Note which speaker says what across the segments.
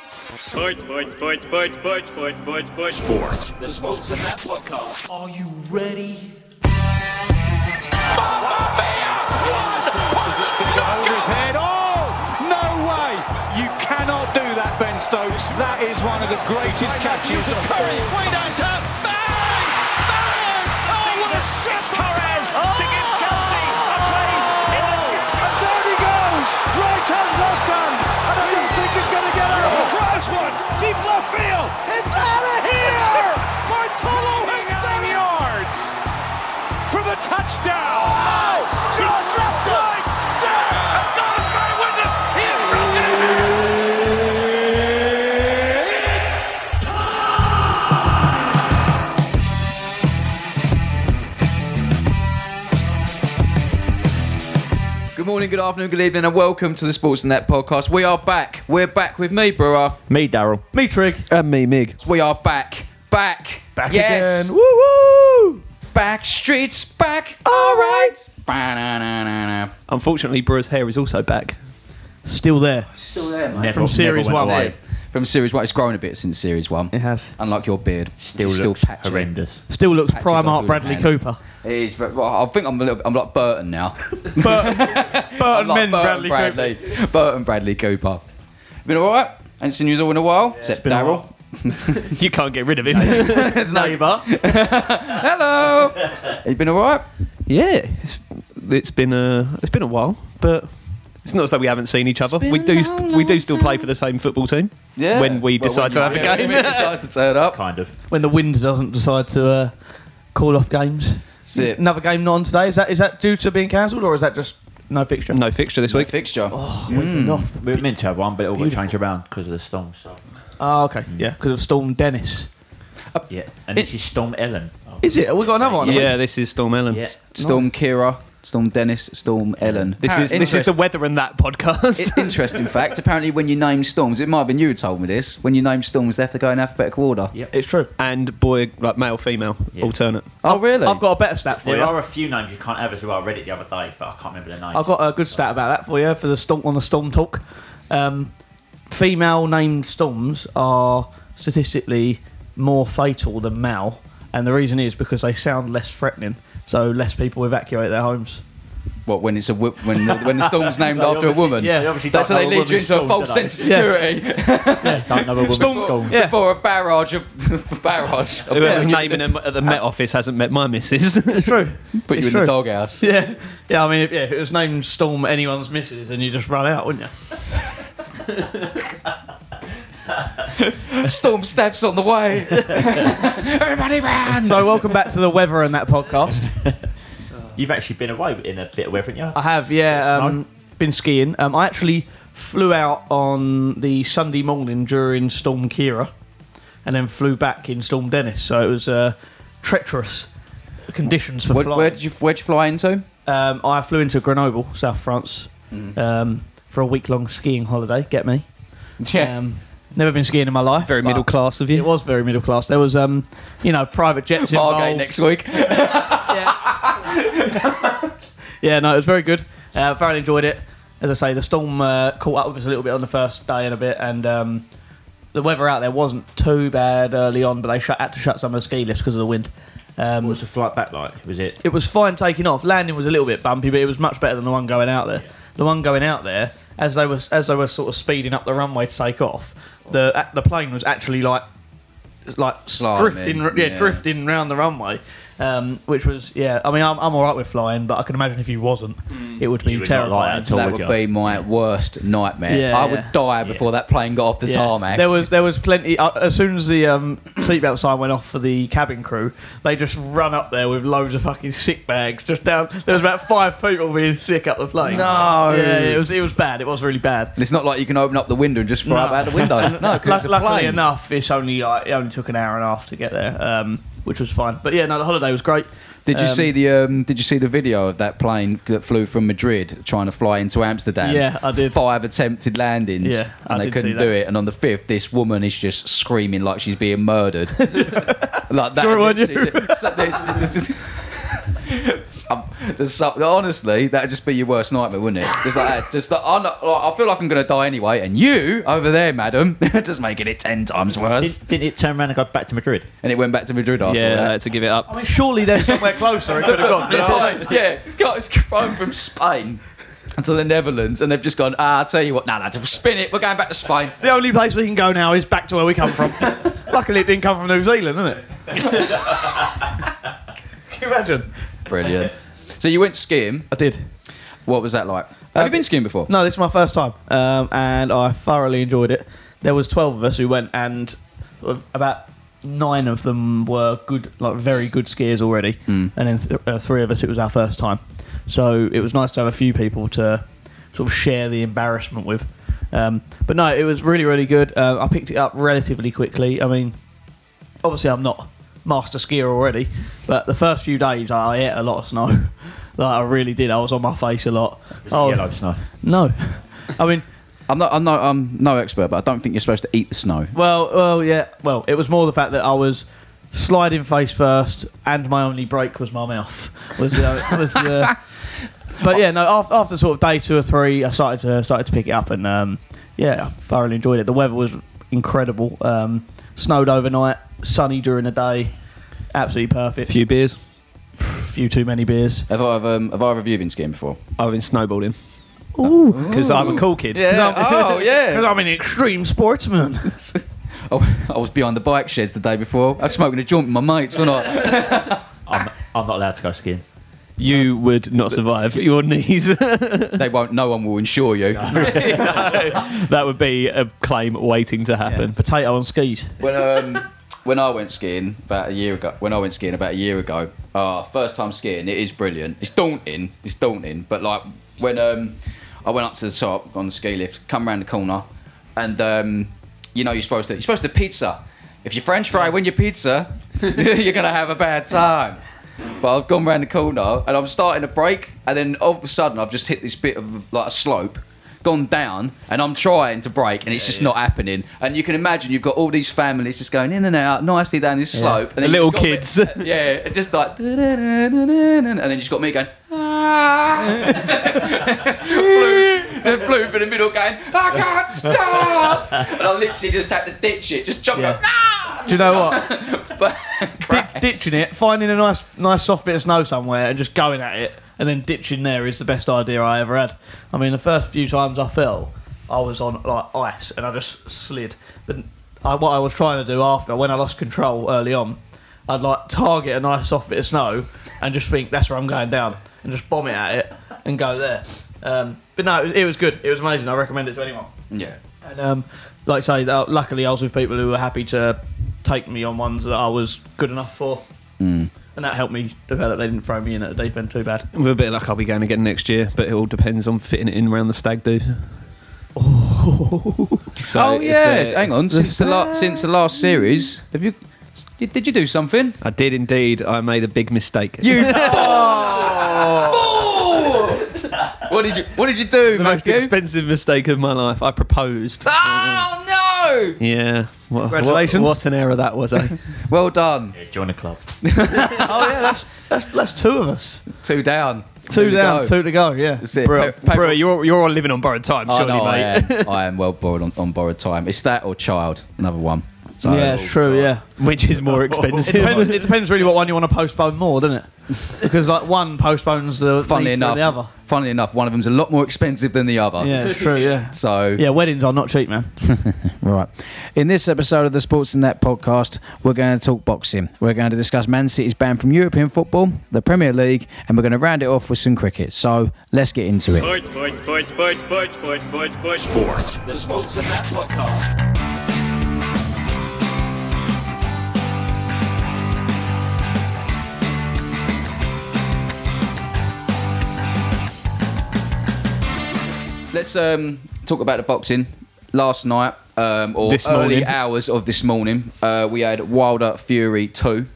Speaker 1: Sports, sports, sports, sports, sports, sports, sports, sports.
Speaker 2: Sports. The Smokes and Matt podcast.
Speaker 3: Are you ready?
Speaker 4: over his head. Oh, no way! You cannot do that, Ben Stokes. That is one of the greatest catches of Curry, way down top. Bang! Bang! Oh, what a assist, Torres to give Chelsea a place in the And down he goes, right hand, left hand, and I don't think he's going to get out. Cross one, deep left field. It's out of here. Bartolo has done yards for the touchdown. Oh, just left like that.
Speaker 5: Good morning, good afternoon, good evening, and welcome to the Sports Net podcast. We are back. We're back with me, Brewer.
Speaker 6: Me, Daryl. Me, Trig.
Speaker 7: And me, Mig.
Speaker 5: We are back. Back.
Speaker 6: Back
Speaker 5: yes.
Speaker 6: again. Woo woo!
Speaker 5: Back streets back. All right. Ba-na-na-na-na.
Speaker 6: Unfortunately, Brewer's hair is also back.
Speaker 7: Still there.
Speaker 5: Still there, mate.
Speaker 6: From series one.
Speaker 5: From, from series one. It's grown a bit since series one.
Speaker 6: It has.
Speaker 5: Unlike your beard.
Speaker 2: Still
Speaker 5: Still, still
Speaker 2: looks
Speaker 5: patchy.
Speaker 2: horrendous.
Speaker 7: Still looks
Speaker 5: Patches up
Speaker 7: Primark
Speaker 5: with
Speaker 7: Bradley
Speaker 5: hand.
Speaker 7: Cooper.
Speaker 5: It is. But, well, I think I'm a little. I'm like Burton now. I'm
Speaker 7: Burton
Speaker 5: like Burton
Speaker 7: men Bradley,
Speaker 5: Bradley. Burton Bradley Cooper. Been all right. Ain't seen you all in a while. Except
Speaker 7: been a
Speaker 5: Daryl.
Speaker 7: while.
Speaker 6: You can't get rid of him.
Speaker 7: Cooper. No, you are.
Speaker 5: Hello. you been all right?
Speaker 6: yeah, it's- it's been a it's been a while, but it's not as though we haven't seen each other. We do we do still play for the same football team.
Speaker 5: Yeah.
Speaker 6: When we
Speaker 5: Well,
Speaker 6: decide
Speaker 5: when
Speaker 6: to
Speaker 5: you-
Speaker 6: have a game.
Speaker 5: When he decides to turn up.
Speaker 2: Kind of.
Speaker 7: When the wind doesn't decide to uh, call off games.
Speaker 5: That's it.
Speaker 7: Another game not on today. Is that is that due to being cancelled or is that just no fixture?
Speaker 6: no fixture this
Speaker 5: No
Speaker 6: week.
Speaker 5: fixture.
Speaker 7: Oh, weekend off.
Speaker 2: We were meant to have one, but it all got
Speaker 7: Beautiful.
Speaker 2: changed around because of the storm. So.
Speaker 7: Oh, okay. Yeah, because of Storm Dennis.
Speaker 2: Yeah. And this is Storm Ellen.
Speaker 7: Is it? Have we got another one?
Speaker 6: Yeah, this is Storm Ellen.
Speaker 2: Yeah.
Speaker 5: Storm Kira, Storm Dennis, Storm Ellen.
Speaker 6: This is this is the weather and that podcast.
Speaker 5: It's interesting fact. Apparently, when you name storms, it might have been you who told me this. When you name storms, they have to go in alphabetical order.
Speaker 2: Yeah.
Speaker 7: It's true.
Speaker 6: and boy, like male, female,
Speaker 2: Yeah.
Speaker 6: alternate.
Speaker 5: Oh, really?
Speaker 7: I've got a better stat for
Speaker 2: There
Speaker 7: you.
Speaker 2: are a few names you can't have as well. I read it the other day, but I can't remember the names.
Speaker 7: I've got a good stat about that for you for the storm on the storm talk. Um, female named storms are statistically more fatal than male, and the reason is because they sound less threatening, so less people evacuate their homes.
Speaker 5: What when it's a wo- when the, when the storm's named
Speaker 2: Well,
Speaker 5: after a
Speaker 2: obviously-
Speaker 5: woman?
Speaker 7: yeah, they
Speaker 2: obviously
Speaker 5: That's
Speaker 2: don't
Speaker 5: how they
Speaker 2: know a
Speaker 5: lead you
Speaker 2: woman's
Speaker 5: into a
Speaker 2: storm,
Speaker 5: false
Speaker 2: do they?
Speaker 5: sense of security
Speaker 2: Don't know a woman's storm.
Speaker 7: Yeah.
Speaker 5: before a barrage of barrage. Of
Speaker 6: Whoever's naming them at the Met Office hasn't met my missus.
Speaker 7: It's true.
Speaker 5: put you
Speaker 7: it's
Speaker 5: in
Speaker 7: true.
Speaker 5: the doghouse.
Speaker 7: Yeah, yeah. I mean, if, yeah, if it was named Storm anyone's missus, then you just run out, wouldn't you?
Speaker 5: A storm steps on the way. Everybody ran.
Speaker 7: So, welcome back to the weather and that podcast.
Speaker 2: You've actually been away in a bit of weather, haven't you?
Speaker 7: I have, yeah,
Speaker 2: Snow?
Speaker 7: um, been skiing. Um, I actually flew out on the Sunday morning during Storm Kira, and then flew back in Storm Dennis. So it was uh, treacherous conditions for
Speaker 5: Where,
Speaker 7: flying.
Speaker 5: where did you where'd you fly into?
Speaker 7: um, I flew into Grenoble, South France, um, for a week-long skiing holiday. Get me?
Speaker 5: Yeah.
Speaker 7: Um, never been skiing in my life.
Speaker 6: Very
Speaker 7: but
Speaker 6: middle class of you.
Speaker 7: It was very middle class. There was, um, you know, private jets involved.
Speaker 5: Margate Oh, next week.
Speaker 7: Yeah, no, it was very good. Uh, thoroughly enjoyed it. As I say, the storm uh, caught up with us a little bit on the first day and a bit, and um, the weather out there wasn't too bad early on, but they shut, had to shut some of the ski lifts because of the wind.
Speaker 2: What
Speaker 7: Um,
Speaker 2: was the flight back like? Was it?
Speaker 7: it was fine taking off. Landing was a little bit bumpy, but it was much better than the one going out there. The one going out there, as they were as they were sort of speeding up the runway to take off, the a- the plane was actually like like
Speaker 5: Sliding,
Speaker 7: drifting, r- yeah,
Speaker 5: yeah.
Speaker 7: drifting round the runway. Um, which was yeah. I mean, I'm, I'm all right with flying, but I can imagine if you wasn't, it would
Speaker 2: Mm.
Speaker 7: be
Speaker 2: You would not like
Speaker 7: terrifying.
Speaker 2: that at all,
Speaker 5: that
Speaker 2: would
Speaker 5: would
Speaker 2: you?
Speaker 5: be my worst nightmare.
Speaker 7: Yeah,
Speaker 5: I would
Speaker 7: yeah.
Speaker 5: die before that plane got off the
Speaker 7: Yeah.
Speaker 5: tarmac.
Speaker 7: There was there was plenty. Uh, as soon as the um, seatbelt sign went off for the cabin crew, they just run up there with loads of fucking sick bags. Just down there was about five people being sick up the plane. No, yeah, it was it was bad. It was really bad.
Speaker 5: And it's not like you can open up the window and just fly
Speaker 7: No.
Speaker 5: up out the window. No,
Speaker 7: Luck-
Speaker 5: because it's a
Speaker 7: luckily
Speaker 5: plane.
Speaker 7: enough, it's only like, it only took an hour and a half to get there, um, which was fine. But yeah, no, the holiday was great.
Speaker 5: Did you
Speaker 7: Um,
Speaker 5: see the um, Did you see the video of that plane that flew from Madrid trying to fly into Amsterdam?
Speaker 7: Yeah, I did.
Speaker 5: Five attempted landings,
Speaker 7: Yeah, I
Speaker 5: and they
Speaker 7: did see
Speaker 5: couldn't
Speaker 7: that.
Speaker 5: do it. And on the fifth, this woman is just screaming like she's being murdered, like that.
Speaker 7: Sure, weren't you?
Speaker 5: literally- so there's- there's just- Some, just some, honestly, that'd just be your worst nightmare, wouldn't it? Just like that. Just like, I'm not, like, I feel like I'm going to die anyway, and you over there, madam, just making it ten times worse.
Speaker 2: Didn't, didn't it turn around and go back to Madrid?
Speaker 5: And it went back to Madrid after
Speaker 6: Yeah, I
Speaker 5: that.
Speaker 6: had to give it up.
Speaker 7: I mean, surely they're somewhere closer. It could have gone. you know what I mean?
Speaker 5: Oh, yeah, it's got it's thrown from Spain to the Netherlands, and they've just gone. Ah, I'll tell you what, no, no, just spin it. We're going back to Spain.
Speaker 7: The only place we can go now is back to where we come from. Luckily, it didn't come from New Zealand, didn't it? can you imagine?
Speaker 5: Brilliant. So you went skiing.
Speaker 7: I did.
Speaker 5: What was that like? Have you been skiing before?
Speaker 7: Uh, No, this is my first time, um, and I thoroughly enjoyed it. There was twelve of us who went, and sort of about nine of them were good, like very good skiers already,
Speaker 5: Hmm.
Speaker 7: and then th- uh, three of us. It was our first time, so it was nice to have a few people to sort of share the embarrassment with. Um, but no, it was really, really good. Uh, I picked it up relatively quickly. I mean, obviously I'm not master skier already, but the first few days I ate a lot of snow. Like I really did. I was on my face a lot. Oh.
Speaker 2: Was it yellow snow?
Speaker 7: No, I mean,
Speaker 5: I'm not. I'm no. I'm no expert, but I don't think you're supposed to eat the snow.
Speaker 7: well, well, yeah, well, it was more the fact that I was sliding face first, and my only break was my mouth. Was the, uh, was the, but yeah, no. After, after sort of day two or three, I started to started to pick it up, and um, yeah, I thoroughly enjoyed it. The weather was incredible. Um, snowed overnight, sunny during the day, absolutely perfect.
Speaker 6: A few beers.
Speaker 7: few too many beers.
Speaker 5: Have I have, um, have either of you been skiing before?
Speaker 6: I've been snowboarding
Speaker 7: Ooh,
Speaker 6: because I'm a cool kid.
Speaker 5: Oh
Speaker 7: because
Speaker 5: yeah.
Speaker 7: I'm an extreme sportsman.
Speaker 5: I, I was behind the bike sheds the day before. I was smoking a joint with my mates, wasn't I?
Speaker 2: I'm, I'm not allowed to go skiing.
Speaker 6: You would not survive your knees.
Speaker 5: they won't. No one will insure you.
Speaker 6: that would be a claim waiting to happen.
Speaker 7: Potato on skis.
Speaker 5: when um when I went skiing about a year ago, when I went skiing about a year ago, uh, first time skiing, it is brilliant. It's daunting, it's daunting. But like when um I went up to the top on the ski lift, come round the corner, and um you know you're supposed to you're supposed to pizza. If you French fry when your pizza, you're gonna have a bad time. But I've gone round the corner and I'm starting to break, and then all of a sudden I've just hit this bit of like a slope, gone down, and I'm trying to break, and it's just not happening. And you can imagine you've got all these families just going in and out nicely down this slope, and
Speaker 6: The
Speaker 5: then
Speaker 6: little
Speaker 5: you've got me-
Speaker 6: kids.
Speaker 5: yeah, and just like, and then you just got me going. Ah. Flute- the flute in the middle going, I can't stop! And I literally just had to ditch it, just jump
Speaker 7: Yeah.
Speaker 5: up. Ah!
Speaker 7: Do you know what?
Speaker 5: But
Speaker 7: Di- ditching it, finding a nice, nice soft bit of snow somewhere, and just going at it, and then ditching there is the best idea I ever had. I mean, the first few times I fell, I was on like ice, and I just slid. But I, what I was trying to do after, when I lost control early on, I'd like target a nice soft bit of snow, and just think that's where I'm going down, and just bomb it at it, and go there. Um, but no, it was, it was good. It was amazing. I recommend it to anyone.
Speaker 5: yeah.
Speaker 7: And um, like I say, uh, luckily I was with people who were happy to take me on ones that I was good enough for. And that helped me develop. They didn't throw me in at the deep end too bad.
Speaker 6: With a bit of luck, I'll be going again next year, but it all depends on fitting it in around the stag do. So
Speaker 5: oh
Speaker 6: if
Speaker 5: yes,
Speaker 6: they're-
Speaker 5: hang on. Since the la- since the last series, have you? Did, did you do something?
Speaker 6: I did indeed. I made a big mistake.
Speaker 5: What did you What did you do,
Speaker 6: the most
Speaker 5: Matthew?
Speaker 6: expensive mistake of my life. I proposed.
Speaker 5: Oh no!
Speaker 6: Yeah. What,
Speaker 7: Congratulations.
Speaker 6: What, what an error that was, eh?
Speaker 5: Well done.
Speaker 2: Yeah, join the club.
Speaker 7: oh yeah, that's that's that's two of us.
Speaker 5: Two down.
Speaker 7: Two
Speaker 5: Here we
Speaker 7: down,
Speaker 5: go.
Speaker 7: two to go. Yeah.
Speaker 5: That's it.
Speaker 6: bro,
Speaker 5: Pa- paper-
Speaker 6: bro you're, you're all living on borrowed time,
Speaker 5: I
Speaker 6: surely,
Speaker 5: know. I
Speaker 6: mate.
Speaker 5: am. I am well borrowed on, on borrowed time. It's that or child. Another one. So,
Speaker 7: yeah, it's true. Yeah.
Speaker 6: Which is more
Speaker 7: It
Speaker 6: expensive.
Speaker 7: depends, it depends really what one you want to postpone more, doesn't it? Because like one postpones the
Speaker 5: Funnily
Speaker 7: need for
Speaker 5: enough,
Speaker 7: the other.
Speaker 5: funnily enough, one of them's a lot more expensive than the other.
Speaker 7: Yeah, it's true. Yeah.
Speaker 5: So
Speaker 7: Yeah, weddings are not cheap, man.
Speaker 3: Right. In this episode of the Sports and That podcast, we're going to talk boxing. We're going to discuss Man City's ban from European football, the Premier League, and we're going to round it off with some cricket. So let's get into it.
Speaker 1: Sports, sports, sports, sports, sports, sports, sports, sports.
Speaker 5: Let's um, talk about the boxing. Last night, um, or
Speaker 6: This
Speaker 5: early
Speaker 6: morning.
Speaker 5: hours of this morning, uh, we had Wilder Fury 2.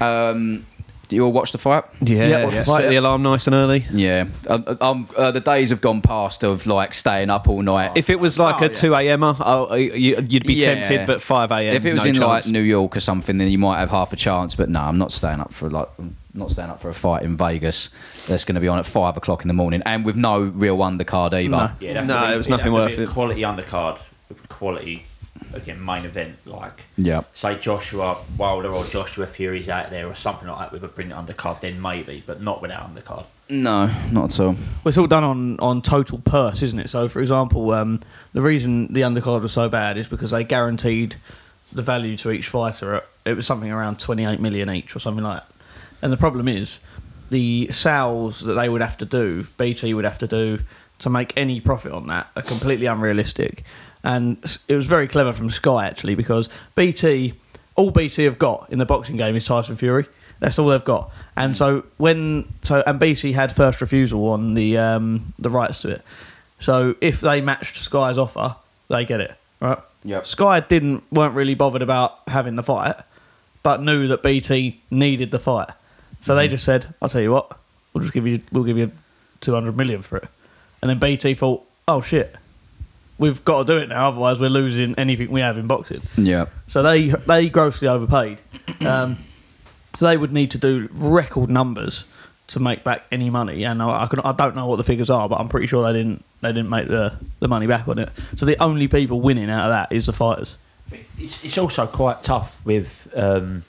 Speaker 5: Um, did you all watch the fight?
Speaker 6: yeah,
Speaker 7: Yeah, what's the fight?
Speaker 6: set the alarm nice and early.
Speaker 5: Yeah. Um, um, uh, the days have gone past of like staying up all night.
Speaker 6: If it was like
Speaker 7: Oh,
Speaker 6: a
Speaker 7: yeah.
Speaker 6: 2 a.m., I'll- I- you- you'd be
Speaker 5: Yeah.
Speaker 6: tempted, but 5 a.m.
Speaker 5: If it was
Speaker 6: no
Speaker 5: in
Speaker 6: chance.
Speaker 5: like New York or something, then you might have half a chance. But no, I'm not staying up for like not stand up for a fight in Vegas that's going to be on at five o'clock in the morning and with no real undercard either.
Speaker 7: No.
Speaker 2: Yeah, it'd have
Speaker 6: No,
Speaker 2: to be-
Speaker 6: it was
Speaker 2: it'd have
Speaker 6: nothing
Speaker 2: to be
Speaker 6: worth
Speaker 2: a
Speaker 6: it.
Speaker 2: Quality undercard, quality again main event like.
Speaker 5: Yeah.
Speaker 2: Say Joshua Wilder or Joshua Fury's out there or something like that with a brilliant undercard, then maybe, but not without undercard.
Speaker 5: No, not at all.
Speaker 7: Well, it's all done on, on total purse, isn't it? So, for example, um, the reason the undercard was so bad is because they guaranteed the value to each fighter. At, it was something around 28 million each or something like that. And the problem is the sales that they would have to do, BT would have to do to make any profit on that, are completely unrealistic. And s- it was very clever from Sky, actually, because BT, all BT have got in the boxing game is Tyson Fury. That's all they've got. And so when so and BT had first refusal on the um, the rights to it. So if they matched Sky's offer, they get it. Right?
Speaker 5: Yep.
Speaker 7: Sky didn't weren't really bothered about having the fight, but knew that BT needed the fight. So they just said, I'll tell you what, we'll just give you we'll give you two hundred million for it. And then BT thought, Oh shit. We've got to do it now, otherwise we're losing anything we have in boxing.
Speaker 5: Yeah.
Speaker 7: So they they grossly overpaid. Um, so they would need to do record numbers to make back any money. And I, I, can, I don't know what the figures are, but I'm pretty sure they didn't they didn't make the, the money back on it. So the only people winning out of that is the fighters.
Speaker 2: It's, it's also quite tough with um,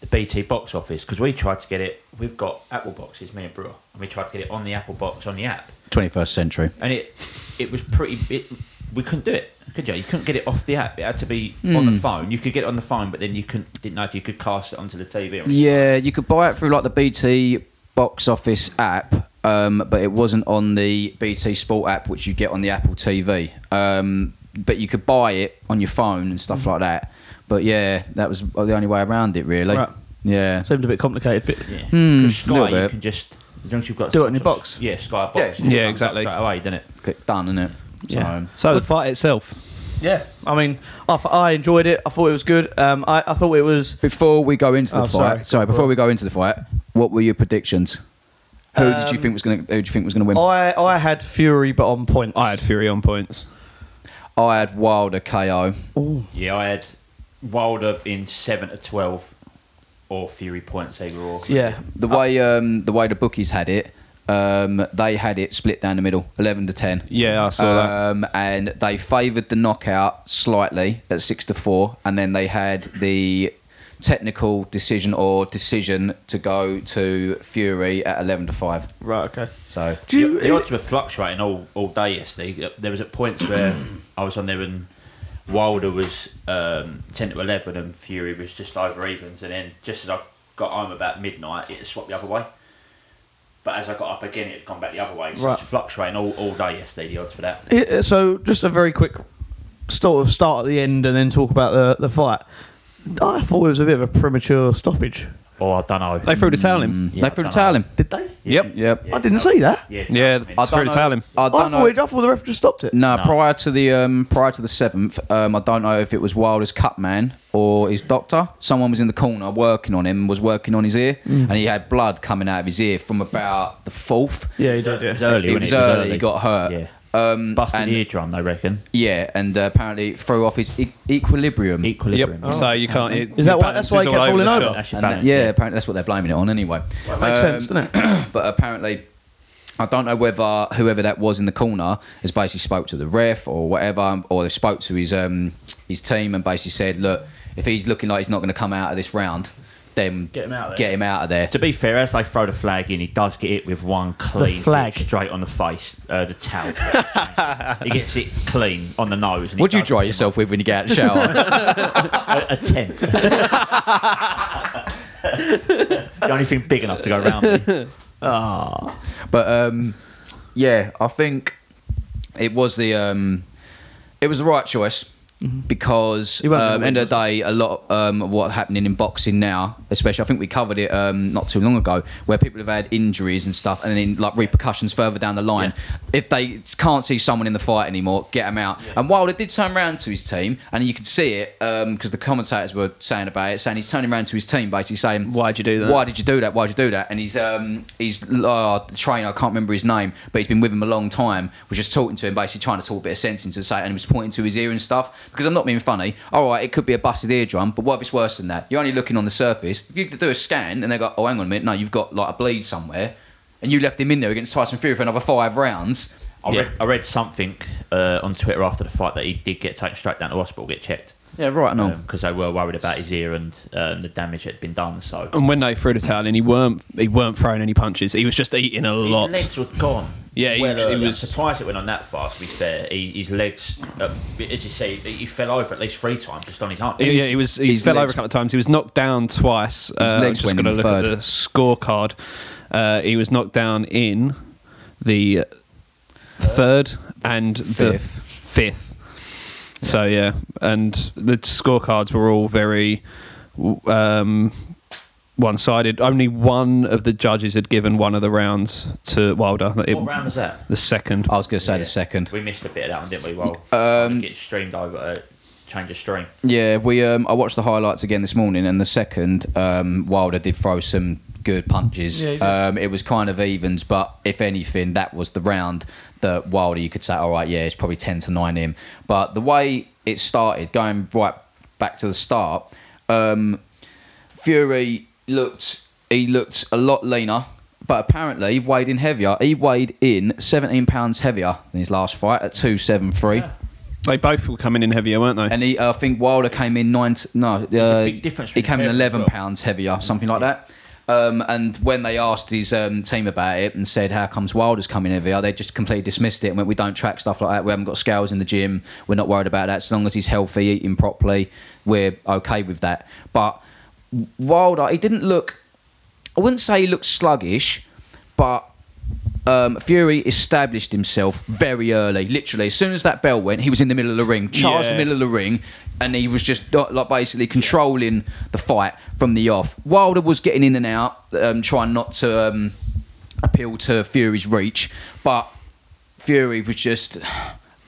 Speaker 2: the BT box office because we tried to get it. We've got Apple boxes, me and Brewer, and we tried to get it on the Apple box on the app,
Speaker 5: 21st century.
Speaker 2: and it it was pretty. It, we couldn't do it, could you? You couldn't get it off the app. It had to be on the phone. You could get it on the phone, but then you couldn't didn't know if you could cast it onto the TV. Or
Speaker 5: Yeah, you could buy it through like the BT box office app, um, but it wasn't on the BT Sport app, which you get on the Apple TV. Um, but you could buy it on your phone and stuff like that. But yeah, that was the only way around it, really.
Speaker 7: Right.
Speaker 5: Yeah.
Speaker 7: Seemed a bit complicated. But
Speaker 2: Yeah.
Speaker 5: Hmm,
Speaker 2: 'Cause
Speaker 5: little
Speaker 2: Sky, you
Speaker 5: bit.
Speaker 2: can just as long as you've got
Speaker 7: Do
Speaker 2: some
Speaker 7: it on your
Speaker 2: sort of-
Speaker 7: box.
Speaker 2: Yeah, Sky box.
Speaker 5: Yeah.
Speaker 2: you just
Speaker 6: Yeah,
Speaker 2: comes up
Speaker 6: exactly.
Speaker 2: Straight away, doesn't it?
Speaker 5: Click done, innit? So,
Speaker 6: So the fight itself.
Speaker 7: yeah, I mean, I, th- I enjoyed it. I thought it was good. Um, I, I thought it was
Speaker 5: before we go into the
Speaker 7: Oh,
Speaker 5: fight,
Speaker 7: sorry.
Speaker 5: sorry, before we go into the fight, what were your predictions? Who did you
Speaker 7: Um,
Speaker 5: think was going to? Who do you think was going to win?
Speaker 7: I I had Fury, but on point.
Speaker 6: I had Fury on points.
Speaker 5: I had Wilder KO.
Speaker 2: Yeah, I had Wilder in seven to twelve, or Fury points over or
Speaker 7: yeah,
Speaker 5: The way um, the way the bookies had it, um, they had it split down the middle, eleven to ten.
Speaker 6: Yeah, I saw that.
Speaker 5: Um, and they favoured the knockout slightly at six to four, and then they had the technical decision or decision to go to Fury at eleven to five.
Speaker 7: right, okay.
Speaker 5: So
Speaker 7: Do you,
Speaker 2: the, the odds were fluctuating all, all day yesterday. There was at points where I was on there and Wilder was um, ten to eleven and Fury was just over evens, and then just as I got home about midnight, it had swapped the other way. But as I got up again, it had gone back the other way. So
Speaker 7: Right.
Speaker 2: it's fluctuating all, all day yesterday. The odds for that.
Speaker 7: It- uh, so just a very quick sort of start at the end and then talk about the, the fight. I thought it was a bit of a premature stoppage.
Speaker 2: Oh, I don't know.
Speaker 6: They threw the towel in.
Speaker 2: Yeah,
Speaker 5: they threw
Speaker 2: I dunno.
Speaker 5: the towel in.
Speaker 7: Did they?
Speaker 6: Yep.
Speaker 5: Yep.
Speaker 7: I didn't see that.
Speaker 2: Yeah,
Speaker 6: Yeah,
Speaker 2: towel in.
Speaker 6: I threw the towel in.
Speaker 5: I
Speaker 7: I
Speaker 5: don't know.
Speaker 7: thought, it- I thought the ref just stopped it.
Speaker 5: No, prior to the um, prior to the seventh, um, I don't know if it was Wilder's cut man or his doctor. Someone was in the corner working on him, was working on his ear,
Speaker 7: Mm.
Speaker 5: and he had blood coming out of his ear from about the fourth.
Speaker 7: Yeah, he
Speaker 2: It
Speaker 7: did.
Speaker 2: was
Speaker 7: Yeah.
Speaker 2: early.
Speaker 5: It
Speaker 2: wasn't
Speaker 5: was
Speaker 2: it?
Speaker 5: early, he got hurt.
Speaker 2: Yeah.
Speaker 5: Um,
Speaker 2: Busted
Speaker 5: and-
Speaker 2: the eardrum, they reckon.
Speaker 5: Yeah, and uh, apparently it threw off his e- equilibrium.
Speaker 6: Yep.
Speaker 5: oh.
Speaker 2: Equilibrium.
Speaker 6: So you can't. It,
Speaker 7: Is that why- that's why he kept falling over?
Speaker 2: That's your
Speaker 5: And that-
Speaker 2: balance,
Speaker 5: yeah, apparently that's what they're blaming it on anyway. Um,
Speaker 7: It makes sense, doesn't it?
Speaker 5: but apparently, I don't know whether whoever that was in the corner has basically spoke to the ref or whatever, or they spoke to his um, his team and basically said, look, if he's looking like he's not going to come out of this round, then
Speaker 7: Get him out of there.
Speaker 5: Get him out of there.
Speaker 2: To be fair, as they throw the flag in, he does get it with one clean
Speaker 7: flag.
Speaker 2: hit straight on the face, uh, the towel. he gets it clean on the nose. and he
Speaker 5: What do you
Speaker 2: does
Speaker 5: dry
Speaker 2: get
Speaker 5: yourself with when you get out of the shower?
Speaker 2: A, a tent. the only thing big enough to go around. in.
Speaker 5: but um, yeah, I think it was the um, it was the right choice because
Speaker 7: He Mm-hmm. won't be
Speaker 5: um, end
Speaker 7: winning.
Speaker 5: of the day, a lot um, of what's happening in boxing now, especially, I think we covered it um, not too long ago, where people have had injuries and stuff, and then like repercussions further down the line. If they can't see someone in the fight anymore, get them out. And Wilder did turn round to his team, and you could see it because the commentators were saying about it, saying he's turning round to his team, basically saying,
Speaker 6: Why'd you do that?
Speaker 5: Why did you do that? Why'd you do that? And he's um, he's uh, the trainer. I can't remember his name, but he's been with him a long time. Was just talking to him, basically trying to talk a bit of sense into the site, and he was pointing to his ear and stuff. because I'm not being funny. All right, it could be a busted eardrum, but what if it's worse than that? You're only looking on the surface. If you do a scan and they go, oh, hang on a minute, no, you've got like a bleed somewhere, and you left him in there against Tyson Fury for another five rounds.
Speaker 2: I,
Speaker 5: yeah.
Speaker 2: read, I read something uh, on Twitter after the fight that he did get taken straight down to hospital, get checked.
Speaker 5: Yeah, right, no.
Speaker 2: Because they were worried about his ear and um, the damage had been done. So
Speaker 6: And when they threw the towel in, he weren't he weren't throwing any punches. He was just eating a
Speaker 2: his
Speaker 6: lot.
Speaker 2: legs were gone.
Speaker 6: Yeah, he-
Speaker 2: well,
Speaker 6: he
Speaker 2: early. I'm
Speaker 6: was-
Speaker 2: surprised it went on that far. To be fair, he, his legs, uh, as you say, he fell over at least three times just on his arm.
Speaker 6: Yeah, yeah, he was. He
Speaker 5: his
Speaker 6: fell over
Speaker 5: legs-
Speaker 6: a couple of times. He was knocked down twice. Uh, I'm
Speaker 5: legs
Speaker 6: just
Speaker 5: went
Speaker 6: going to
Speaker 5: in
Speaker 6: look
Speaker 5: the
Speaker 6: at the
Speaker 5: third.
Speaker 6: scorecard. Uh, he was knocked down in the third and the
Speaker 5: Fifth.
Speaker 6: fifth. So yeah, and the scorecards were all very w- um, one-sided. Only one of the judges had given one of the rounds to Wilder. It-
Speaker 2: What round was that?
Speaker 6: The second.
Speaker 5: I was going to say
Speaker 2: Yeah.
Speaker 5: the second.
Speaker 2: We missed a bit of that one, didn't we? Well, um, get streamed over, uh, change of stream.
Speaker 5: Yeah, we. Um, I watched the highlights again this morning, and the second um, Wilder did throw some good punches.
Speaker 7: Yeah, he did.
Speaker 5: um, it was kind of evens, but if anything, that was the round that Wilder you could say, all right, yeah, it's probably ten to nine him. But the way it started, going right back to the start, um, Fury looked he looked a lot leaner, but apparently weighed in heavier. He weighed in seventeen pounds heavier than his last fight at two seven three.
Speaker 6: They both were coming in heavier, weren't they?
Speaker 5: And he, I think Wilder came in nine. No, uh,
Speaker 2: big difference
Speaker 5: he
Speaker 2: between
Speaker 5: came
Speaker 2: the
Speaker 5: in
Speaker 2: pair as
Speaker 5: eleven
Speaker 2: well.
Speaker 5: pounds heavier, something like that. Um, and when they asked his um, team about it and said, "How comes Wilder's coming heavier?" They just completely dismissed it and went, "We don't track stuff like that. We haven't got scales in the gym. We're not worried about that. As long as he's healthy, eating properly, we're okay with that." But Wilder, he didn't look. I wouldn't say he looked sluggish, but um, Fury established himself very early. Literally, as soon as that bell went, he was in the middle of the ring, charged the
Speaker 6: Yeah.
Speaker 5: middle of the ring, and he was just uh, like basically controlling the fight from the off. Wilder was getting in and out, um, trying not to um, appeal to Fury's reach, but Fury was just.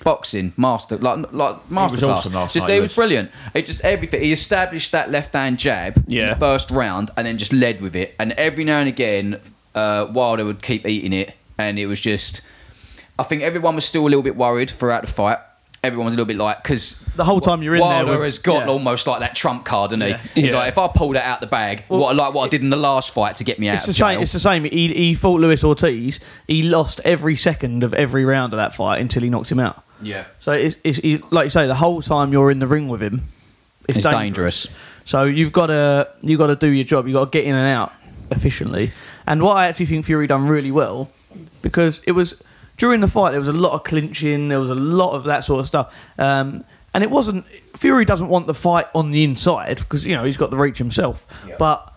Speaker 5: Boxing master, like like master
Speaker 2: awesome last
Speaker 5: Just
Speaker 2: night,
Speaker 5: he
Speaker 2: he
Speaker 5: was
Speaker 2: was.
Speaker 5: brilliant. It just everything. He established that left hand jab in
Speaker 6: Yeah.
Speaker 5: the first round and then just led with it. And every now and again, uh, Wilder would keep eating it. And it was just, I think everyone was still a little bit worried throughout the fight. Everyone was a little bit like, because
Speaker 7: The whole time you're in there
Speaker 5: Wilder
Speaker 7: with-
Speaker 5: has got
Speaker 7: yeah.
Speaker 5: almost like that trump card, and he?
Speaker 7: Yeah.
Speaker 5: He's
Speaker 6: Yeah.
Speaker 5: like, if I pull that out the bag, what, like what I did in the last fight to get me out
Speaker 7: It's
Speaker 5: of
Speaker 7: the same.
Speaker 5: jail.
Speaker 7: It's the same. He, he fought Luis Ortiz. He lost every second of every round of that fight until he knocked him out.
Speaker 5: yeah.
Speaker 7: So it's, it's he, like you say, the whole time you're in the ring with him, it's,
Speaker 5: It's
Speaker 7: dangerous.
Speaker 5: dangerous.
Speaker 7: So you've got to you have got to do your job. You have got to get in and out efficiently. And what I actually think Fury done really well, because it was during the fight there was a lot of clinching, there was a lot of that sort of stuff, um, and it wasn't Fury doesn't want the fight on the inside because you know he's got the reach himself, but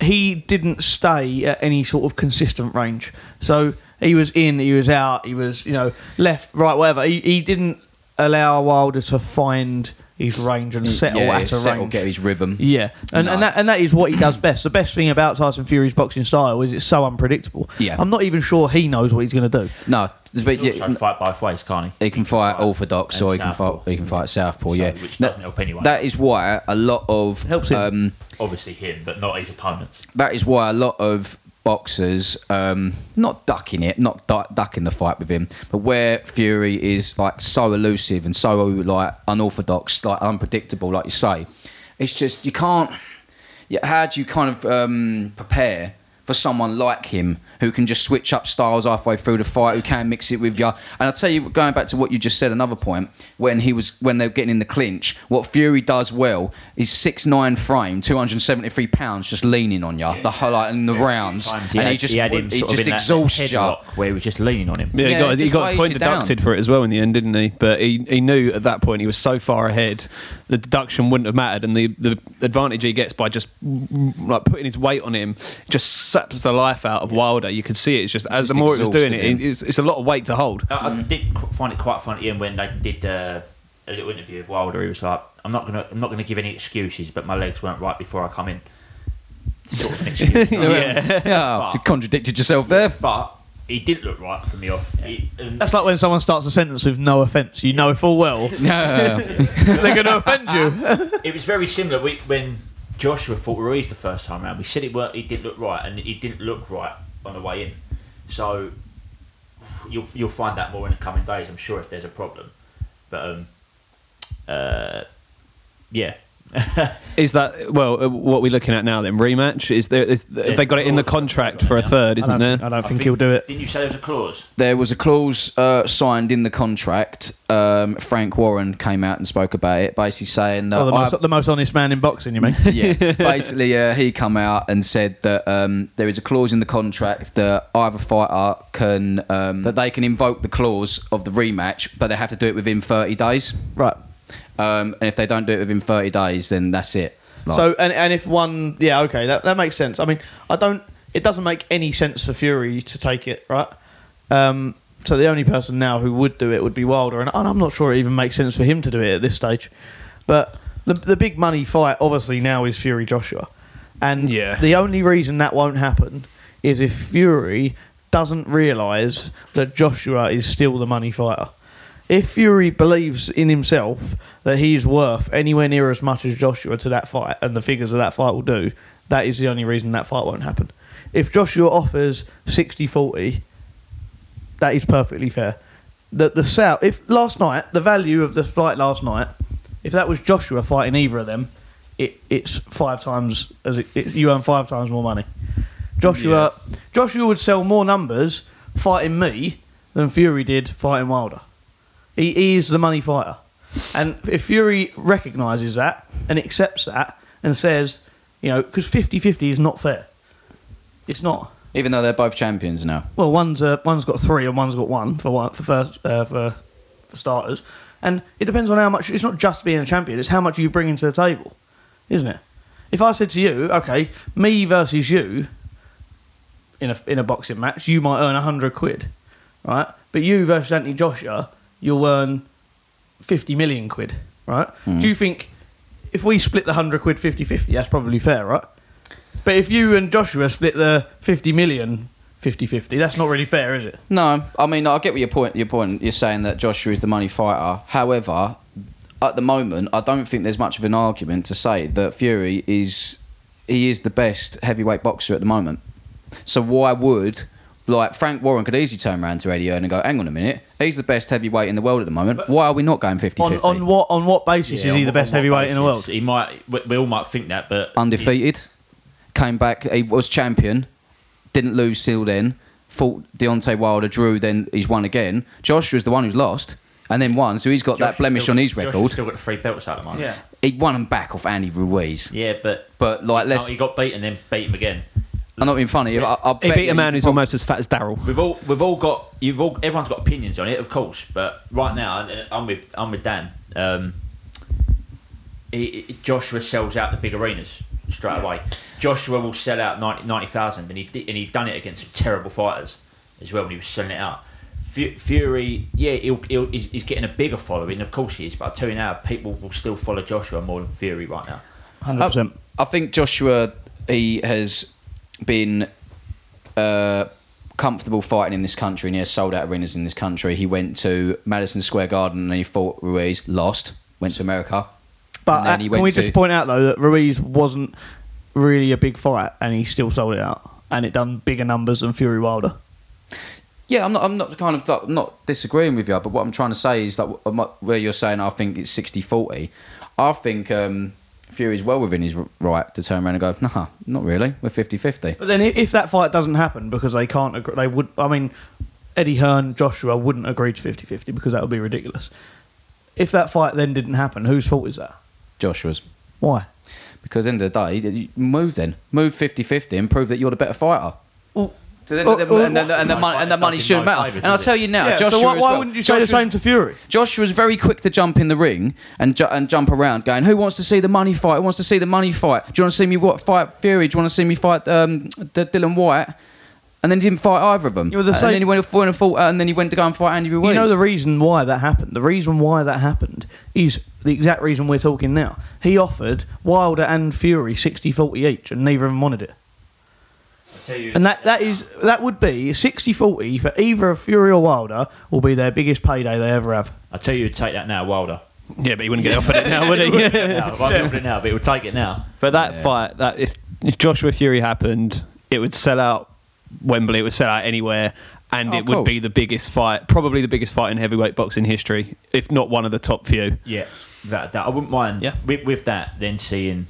Speaker 7: he didn't stay at any sort of consistent range. So he was in, he was out, he was you know left, right, whatever. He, he didn't allow Wilder to find his range and settle
Speaker 5: yeah,
Speaker 7: at a
Speaker 5: settle,
Speaker 7: range.
Speaker 5: get his rhythm.
Speaker 7: Yeah, and,
Speaker 5: No.
Speaker 7: and that and that is what he does best. The best thing about Tyson Fury's boxing style is it's so unpredictable.
Speaker 5: Yeah.
Speaker 7: I'm not even sure he knows what he's going to do.
Speaker 5: No, it's a bit-
Speaker 2: He also fight both ways, can't he?
Speaker 5: He can fight orthodox,
Speaker 2: and
Speaker 5: or he can fight.
Speaker 2: southpaw.
Speaker 5: He can fight southpaw. Yeah,
Speaker 2: which
Speaker 5: That-
Speaker 2: doesn't help anyone.
Speaker 5: That is why a lot of
Speaker 7: Helps him.
Speaker 5: Um,
Speaker 2: Obviously him, but not his opponents.
Speaker 5: that is why a lot of boxers um, not ducking it, not du- ducking the fight with him, but where Fury is like so elusive and so like unorthodox, like unpredictable, like you say, it's just you can't. Yeah, how do you kind of um, prepare? For someone like him who can just switch up styles halfway through the fight, who can mix it with you, and I'll tell you, going back to what you just said, another point when he was when they're getting in the clinch, what Fury does well is six nine frame, two hundred seventy three pounds, just leaning on you the whole like, in the rounds,
Speaker 2: Times
Speaker 5: and he just
Speaker 2: him
Speaker 5: he
Speaker 2: sort of
Speaker 5: just
Speaker 2: in that
Speaker 5: exhausts you.
Speaker 2: headlock where he was just leaning on him.
Speaker 6: Yeah,
Speaker 5: Yeah,
Speaker 6: he got,
Speaker 5: it
Speaker 6: he
Speaker 5: just
Speaker 6: got a
Speaker 5: weighs
Speaker 6: point
Speaker 5: it down.
Speaker 6: deducted for it as well in the end, didn't he? But he, he knew at that point he was so far ahead, the deduction wouldn't have mattered, and the, the advantage he gets by just mm, like putting his weight on him just saps the life out of Wilder. You could see it. It's just as
Speaker 5: just
Speaker 6: the more it was doing it,
Speaker 5: exhausted him.
Speaker 6: it- it's, it's a lot of weight to hold.
Speaker 2: I, I did qu- find it quite funny and when they did uh, a little interview with Wilder, he was like, "I'm not gonna, I'm not gonna give any excuses, but my legs weren't right before I come in." Sort of an excuse.
Speaker 5: Yeah, you contradicted yourself there.
Speaker 2: But he did look right from the off. He- and
Speaker 7: That's like when someone starts a sentence with no offense. You know full well
Speaker 5: Yeah.
Speaker 7: they're going to offend you.
Speaker 2: it was very similar we, when Joshua fought Ruiz the first time round. We said it weren't, he didn't look right, and he didn't look right on the way in. So you'll you'll find that more in the coming days, I'm sure, if there's a problem. But um, uh, yeah.
Speaker 6: Is that well? uh, What we looking at now then? Rematch? Is there? Is, have they got it in the contract for a third?
Speaker 7: I
Speaker 6: Isn't
Speaker 7: don't,
Speaker 6: there?
Speaker 7: I don't think, he'll do it.
Speaker 2: Didn't you say there was a clause?
Speaker 5: There was a clause uh, signed in the contract. Um, Frank Warren came out and spoke about it, basically saying that
Speaker 7: Oh, the,
Speaker 5: I-
Speaker 7: most, the most honest man in boxing, you mean?
Speaker 5: yeah. Basically, uh, he come out and said that um, there is a clause in the contract that either fighter can um, that they can invoke the clause of the rematch, but they have to do it within 30 days.
Speaker 7: right.
Speaker 5: Um, and if they don't do it within 30 days, then that's it. Like-
Speaker 7: So and and if one, yeah, okay, that that makes sense. I mean, I don't. It doesn't make any sense for Fury to take it, right? Um, so the only person now who would do it would be Wilder, and, and I'm not sure it even makes sense for him to do it at this stage. But the the big money fight, obviously, now is Fury Joshua, and
Speaker 6: Yeah.
Speaker 7: the only reason that won't happen is if Fury doesn't realise that Joshua is still the money fighter. If Fury believes in himself that he's worth anywhere near as much as Joshua to that fight and the figures of that fight will do, that is the only reason that fight won't happen. If Joshua offers 60 40, that is perfectly fair. The, the sell, if last night, the value of the fight last night, if that was Joshua fighting either of them, it, it's five times as it, it, you earn five times more money. Joshua, Joshua would sell more numbers fighting me than Fury did fighting Wilder. He, he is the money fighter. And if Fury recognises that and accepts that and says, you know, because 50 50 is not fair. It's not.
Speaker 5: even though they're both champions now.
Speaker 7: Well, one's, uh, one's got three and one's got one for, one, for, first, uh, for, for starters. And it depends on how much. It's not just being a champion, it's how much you bring into the table, isn't it? If I said to you, okay, me versus you in a, in a boxing match, you might earn 100 quid, right? But you versus Anthony Joshua, you'll earn 50 million quid, right? Do you think if we split the 100 quid 50 50, that's probably fair, right? But if you and Joshua split the 50 million 50 50, that's not really fair, is it?
Speaker 5: No, I mean I get what your point. Your point. You're saying that Joshua is the money fighter. However, at the moment, I don't think there's much of an argument to say that Fury is he is the best heavyweight boxer at the moment. So why would like Frank Warren could easily turn around to Eddie Earn and go, hang on a minute, he's the best heavyweight in the world at the moment. Why are we not going 50
Speaker 7: On,
Speaker 5: 50?
Speaker 7: on what on what basis
Speaker 2: Yeah,
Speaker 7: is he
Speaker 2: on-
Speaker 7: the
Speaker 2: on
Speaker 7: best
Speaker 2: what
Speaker 7: heavyweight in the
Speaker 2: basis?
Speaker 7: world?
Speaker 2: He might. We, we all might think that, but
Speaker 5: Undefeated, came back, he was champion, didn't lose till then, fought Deontay Wilder, drew, then he's won again. Joshua's the one who's lost. And then won, so he's got
Speaker 2: Joshua's
Speaker 5: that blemish
Speaker 2: still
Speaker 5: on
Speaker 2: got-
Speaker 5: his
Speaker 2: Joshua's
Speaker 5: record.
Speaker 2: Still got the three belts out of mine.
Speaker 7: Yeah.
Speaker 5: He won them back off Andy Ruiz.
Speaker 2: Yeah, but
Speaker 5: But like,
Speaker 2: no,
Speaker 5: let's.
Speaker 2: he got beaten, then beat him again.
Speaker 5: I'm not being funny. I, I
Speaker 6: He
Speaker 5: bet
Speaker 6: beat
Speaker 5: you
Speaker 6: a man who's
Speaker 5: prob-
Speaker 6: almost as fat as Daryl.
Speaker 2: We've all we've all got you've all everyone's got opinions on it, of course. But right now, and I'm with I'm with Dan. Um, he, he- Joshua sells out the big arenas straight away. Joshua will sell out 90 90,000, and he did- and he done it against some terrible fighters as well when he was selling it out. Fu- Fury, yeah, he'll, he'll, he's, he's getting a bigger following, of course he is. But I tell you now, people will still follow Joshua more than Fury right now.
Speaker 7: 100%.
Speaker 5: I think Joshua he has been uh, comfortable fighting in this country, and he has sold out arenas in this country. He went to Madison Square Garden and he fought Ruiz, lost. Went to America.
Speaker 7: But
Speaker 5: and then
Speaker 7: uh,
Speaker 5: he
Speaker 7: can
Speaker 5: went
Speaker 7: we
Speaker 5: to-
Speaker 7: just point out though that Ruiz wasn't really a big fight, and he still sold it out, and it done bigger numbers than Fury Wilder.
Speaker 5: Yeah, I'm not. I'm not kind of like, not disagreeing with you, but what I'm trying to say is that I'm not- where you're saying I think it's 60-40, I think um, Fury's well within his r- right to turn around and go, nah, not really. We're 50-50.
Speaker 7: But then i- if that fight doesn't happen because they can't, agree, they would. I mean, Eddie Hearn, Joshua wouldn't agree to 50-50 because that would be ridiculous. If that fight then didn't happen, whose fault is that?
Speaker 5: Joshua's.
Speaker 7: Why?
Speaker 5: Because at the end of the day, you- move then. Move 50 50 and prove that you're the better fighter.
Speaker 7: Well,
Speaker 5: So then,
Speaker 7: Well,
Speaker 5: then-
Speaker 7: well,
Speaker 5: and, then- and the
Speaker 2: no,
Speaker 5: money, and the
Speaker 2: it
Speaker 5: money
Speaker 2: doesn't
Speaker 5: shouldn't
Speaker 2: know
Speaker 5: matter.
Speaker 2: favours,
Speaker 5: And I'll
Speaker 2: does it?
Speaker 5: tell you now,
Speaker 7: yeah,
Speaker 5: Joshua.
Speaker 7: so why,
Speaker 5: as
Speaker 7: why
Speaker 5: well.
Speaker 7: wouldn't you say the
Speaker 5: Joshua's-
Speaker 7: same to Fury?
Speaker 5: Joshua's very quick to jump in the ring and ju- and jump around, going, "Who wants to see the money fight? Who wants to see the money fight? Do you want to see me what fight Fury? Do you want to see me fight um, D- Dylan White?" And then he didn't fight either of them.
Speaker 7: You were the
Speaker 5: and
Speaker 7: same-
Speaker 5: then he went off and fought, uh, and then he went to go and fight Andy Ruiz.
Speaker 7: You know the reason why that happened. The reason why that happened is the exact reason we're talking now. He offered Wilder and Fury 60-40 each, and neither of them wanted it.
Speaker 2: I tell you,
Speaker 7: And that, that is that would be 60-40 for either of Fury or Wilder will be their biggest payday they ever have.
Speaker 2: I tell you, take that now, Wilder.
Speaker 6: Yeah, but he wouldn't get offered it now, would he?
Speaker 2: now, why build it now? But he will take it now.
Speaker 6: but that fight, that if if Joshua Fury happened, it would sell out Wembley. It would sell out anywhere, and
Speaker 3: Oh,
Speaker 6: it
Speaker 3: of
Speaker 6: would
Speaker 3: course.
Speaker 6: be the biggest fight, probably the biggest fight in heavyweight boxing history, if not one of the top few.
Speaker 2: Yeah, that, that I wouldn't mind.
Speaker 6: Yeah.
Speaker 2: With, with that, then seeing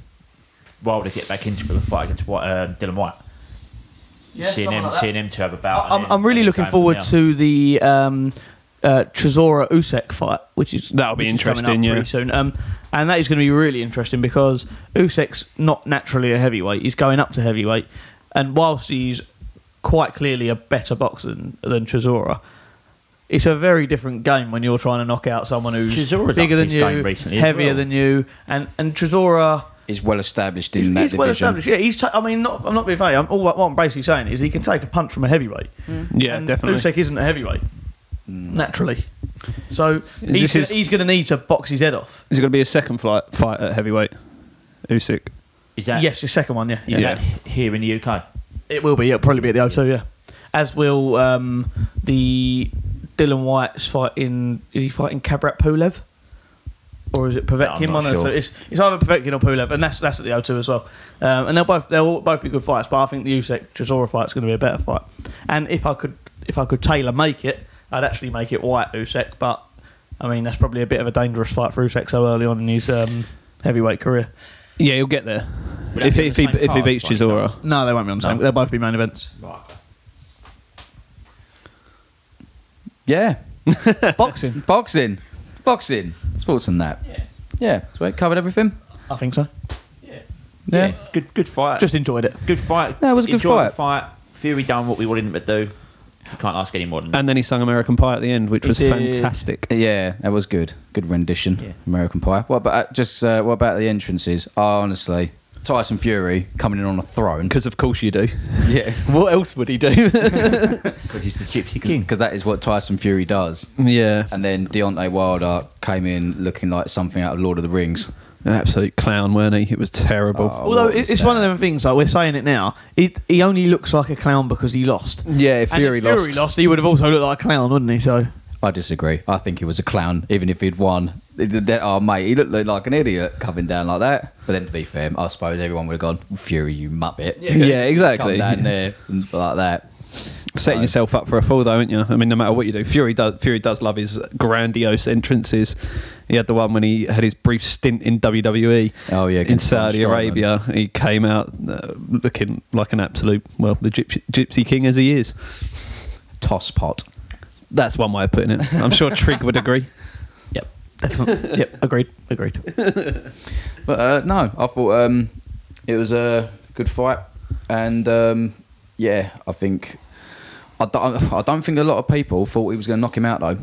Speaker 2: Wilder get back into it with a fight against Whi- uh, Dylan White, seeing him, seeing him to have a bout.
Speaker 7: I'm,
Speaker 2: and then-
Speaker 7: I'm really
Speaker 2: and then
Speaker 7: looking
Speaker 2: going from
Speaker 7: forward
Speaker 2: there.
Speaker 7: to the um, uh, Trezora Usek fight, which is
Speaker 6: That'll be
Speaker 7: which is coming up
Speaker 6: interesting, yeah.
Speaker 7: pretty soon. Um, and that is going to be really interesting because Usyk's not naturally a heavyweight; he's going up to heavyweight, and whilst he's quite clearly a better boxer than, than Trezora. It's a very different game when you're trying to knock out someone who's
Speaker 2: Trezora's upped
Speaker 7: bigger than
Speaker 2: his
Speaker 7: you,
Speaker 2: game recently as
Speaker 7: heavier
Speaker 2: well.
Speaker 7: than you, and and Trezora
Speaker 5: He's well established in
Speaker 7: he's,
Speaker 5: that
Speaker 7: he's
Speaker 5: division.
Speaker 7: well established. Yeah, he's. ta I mean, not, I'm not being funny. I'm, all what I'm basically saying is he can take a punch from a heavyweight.
Speaker 5: Hmm.
Speaker 6: Yeah,
Speaker 7: and
Speaker 6: definitely.
Speaker 7: Usyk isn't a heavyweight naturally, so
Speaker 6: Is
Speaker 7: he's,
Speaker 6: this
Speaker 7: gonna,
Speaker 6: his-
Speaker 7: he's going to need to box his head off.
Speaker 6: Is it going to be a second fight, fight at heavyweight? Usyk.
Speaker 2: Is that
Speaker 7: Yes, your second one, yeah,
Speaker 2: Is
Speaker 6: Yeah.
Speaker 2: that here in the UK?
Speaker 7: it will be. It'll probably be at the O2, yeah. As will um, the Dylan White's fight in. Is he fighting Kabrat Pulev? Or is it
Speaker 2: I'm
Speaker 7: Povetkin?
Speaker 2: not
Speaker 7: One of the-
Speaker 2: sure.
Speaker 7: So it's, it's either Povetkin or Pulev, and that's that's at the O2 as well. Um, and they'll both they'll both be good fights, but I think the Usyk Chisora fight's going to be a better fight. And if I could if I could tailor make it, I'd actually make it White Usyk, but I mean that's probably a bit of a dangerous fight for Usyk so early on in his um, heavyweight career.
Speaker 6: Yeah, he'll get there.
Speaker 2: Would that
Speaker 6: If,
Speaker 2: be on
Speaker 6: if
Speaker 2: the
Speaker 6: he
Speaker 2: same
Speaker 6: if he
Speaker 2: card,
Speaker 6: beats
Speaker 2: by any
Speaker 6: Chisora,
Speaker 7: No, they won't be on the same. They'll both be main events.
Speaker 5: Yeah,
Speaker 7: Boxing,
Speaker 5: boxing, boxing, sports and that. Yeah, yeah. So it covered everything.
Speaker 7: I think so.
Speaker 5: Yeah.
Speaker 2: Good, good fight.
Speaker 7: Just enjoyed it.
Speaker 2: good fight.
Speaker 5: No, it was a good
Speaker 2: Enjoyed the
Speaker 5: fight.
Speaker 2: fight. Fury done what we wanted him to do. You can't ask any more than that.
Speaker 6: and then he sung American Pie at the end, which was
Speaker 7: did.
Speaker 6: fantastic.
Speaker 5: Yeah, that was good. Good rendition.
Speaker 2: Yeah.
Speaker 5: American Pie. What about just uh, what about the entrances? Oh, honestly, Tyson Fury coming in on a throne.
Speaker 6: Because of course you do.
Speaker 5: yeah,
Speaker 6: What else would he do?
Speaker 2: Because he's the Gypsy King.
Speaker 5: because that is what Tyson Fury does.
Speaker 6: yeah,
Speaker 5: And then Deontay Wilder came in looking like something out of Lord of the Rings.
Speaker 6: an absolute clown, weren't he? It was terrible.
Speaker 5: Oh,
Speaker 7: Although
Speaker 5: what
Speaker 7: it-
Speaker 5: was
Speaker 7: it's
Speaker 5: that?
Speaker 7: one of them things, like we're saying it now, he, he only looks like a clown because he lost.
Speaker 6: Yeah, if
Speaker 7: And
Speaker 6: Fury,
Speaker 7: if Fury
Speaker 6: lost.
Speaker 7: lost, he would have also looked like a clown, wouldn't he? So
Speaker 5: I disagree. I think he was a clown, even if he'd won. Th- th- Oh, mate, he looked like an idiot coming down like that. But then, to be fair, I suppose everyone would have gone, Fury, you muppet.
Speaker 6: Yeah,
Speaker 5: Come
Speaker 6: exactly.
Speaker 5: down there and like that.
Speaker 6: Setting yourself up for a fall, though, aren't you? I mean, no matter what you do, Fury does. Fury does love his grandiose entrances. He had the one when he had his brief stint in WWE.
Speaker 5: Oh, yeah,
Speaker 6: in
Speaker 5: against Braun
Speaker 6: Saudi
Speaker 5: Strowman.
Speaker 6: Arabia, he came out uh, looking like an absolute well, the gypsy, gypsy king as he is.
Speaker 5: Toss pot.
Speaker 6: That's one way of putting it. I'm sure Trig would agree.
Speaker 7: yep, definitely. yep, agreed, agreed.
Speaker 5: But uh, no, I thought um, it was a good fight, and um, yeah, I think I don't, I don't think a lot of people thought he was going to knock him out though.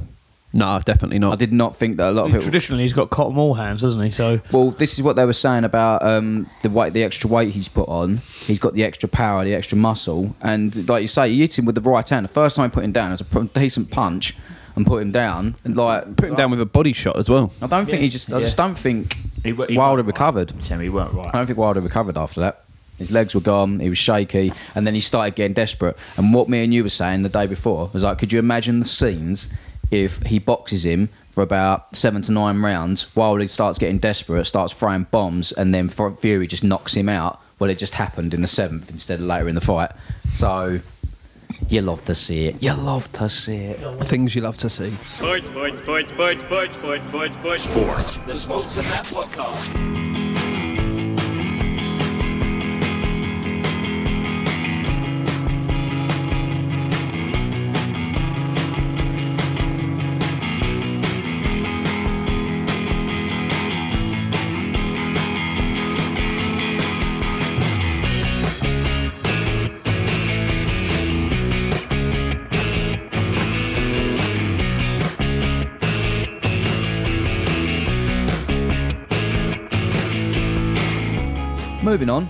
Speaker 6: No, definitely not.
Speaker 5: I did not think that a lot of people.
Speaker 7: Traditionally, he's got cotton wool hands, doesn't he? So
Speaker 5: Well, this is what they were saying about um, the weight, the extra weight he's put on. He's got the extra power, the extra muscle, and like you say, he hit him with the right hand. The first time he put him down, it was a pr- decent punch, and put him down. And like
Speaker 6: Put him down with a body shot as well.
Speaker 5: I don't think he just. I just don't think
Speaker 2: He wa- he
Speaker 5: Wilder
Speaker 2: weren't right.
Speaker 5: recovered.
Speaker 2: Tim, he weren't
Speaker 5: I
Speaker 2: right.
Speaker 5: don't think Wilder recovered after that. His legs were gone. He was shaky, and then he started getting desperate. And what me and you were saying the day before was like, could you imagine the scenes if he boxes him for about seven to nine rounds? Wilder starts getting desperate, starts throwing bombs, and then Fu- Fury just knocks him out. Well, it just happened in the seventh instead of later in the fight. So you love to see it. You love to see it.
Speaker 6: Things you love to see.
Speaker 1: Sports, sports, sports, sports, sports, sports, sports, sports. Sports. The Sports and That Podcast.
Speaker 5: Moving on,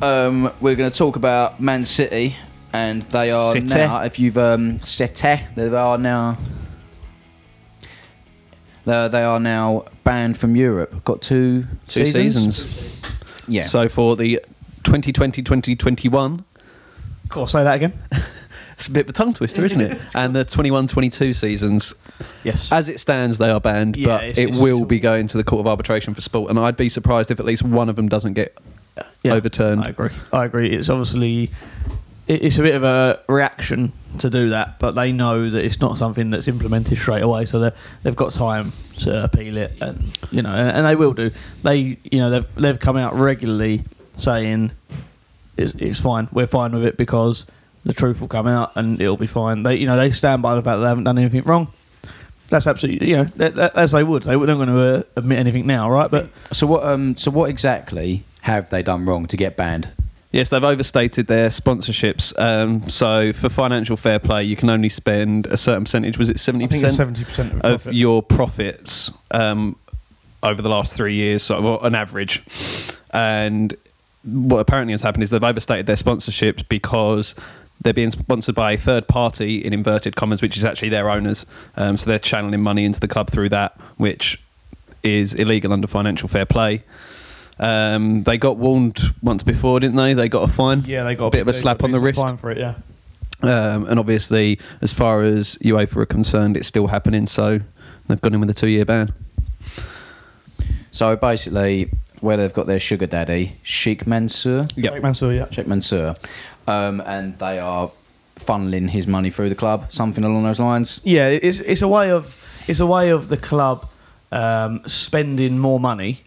Speaker 5: um, we're going to talk about Man City, and they are
Speaker 6: City.
Speaker 5: now. If you've um, City, they are now. Uh, they are now banned from Europe. Got two
Speaker 6: Two seasons.
Speaker 5: Yeah.
Speaker 6: So for the 2020-2021,
Speaker 7: of course, say that again.
Speaker 6: it's a bit of a tongue twister, isn't it? and the 21-22 seasons,
Speaker 7: Yes,
Speaker 6: as it stands, they are banned,
Speaker 7: Yeah,
Speaker 6: but
Speaker 7: it's-
Speaker 6: it
Speaker 7: it's-
Speaker 6: will
Speaker 7: it's-
Speaker 6: be going to the Court of Arbitration for Sport. And I'd be surprised if at least one of them doesn't get
Speaker 7: Yeah,
Speaker 6: overturned.
Speaker 7: I agree. I agree. It's obviously. it- it- it's a bit of a reaction to do that, but they know that it's not something that's implemented straight away, so they're- they've got time to appeal it, and you know, and, and they will do. They, you know, they've they've come out regularly saying it's, it's fine, we're fine with it because the truth will come out and it'll be fine. They, you know, they stand by the fact that they haven't done anything wrong. That's absolutely, you know, that, that, as they would. They were not going to uh, admit anything now, right? But
Speaker 5: So what? Um, so what exactly have they done wrong to get banned?
Speaker 6: Yes, they've overstated their sponsorships. Um, so for financial fair play, you can only spend a certain percentage. Was it seventy
Speaker 8: I think it's
Speaker 6: percent?
Speaker 8: 70% of,
Speaker 6: of
Speaker 8: profit.
Speaker 6: your profits um, over the last three years, sort of an average. And what apparently has happened is they've overstated their sponsorships because they're being sponsored by a third party in inverted commas, which is actually their owners. Um, so they're channeling money into the club through that, which is illegal under financial fair play. Um, they got warned once before, didn't they? They got a fine.
Speaker 8: yeah, they got
Speaker 6: a bit of a
Speaker 8: they got
Speaker 6: slap on the
Speaker 8: decent
Speaker 6: wrist.
Speaker 8: Fine for it, yeah.
Speaker 6: Um, and obviously, as far as UEFA are concerned, it's still happening. So they've gone in with a two-year ban.
Speaker 5: So basically, where they've got their sugar daddy, Sheikh Mansour,
Speaker 6: Yep.
Speaker 8: Like Mansour, yeah.
Speaker 5: Sheikh Mansour, um, and they are funneling his money through the club, something along those lines.
Speaker 7: yeah, it's it's a way of it's a way of the club um, spending more money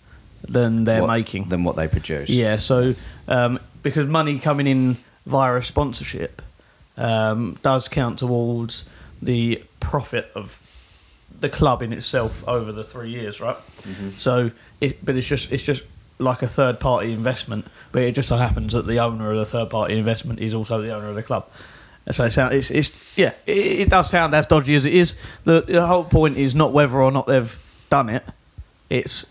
Speaker 7: than they're
Speaker 5: What-
Speaker 7: making.
Speaker 5: than what they produce.
Speaker 7: Yeah, so um, because money coming in via a sponsorship um, does count towards the profit of the club in itself over the three years, right? So, it, but it's just it's just like a third party investment, but it just so happens that the owner of the third party investment is also the owner of the club. And So it sound, it's, it's yeah, it, it does sound as dodgy as it is. The, the whole point is not whether or not they've done it; it's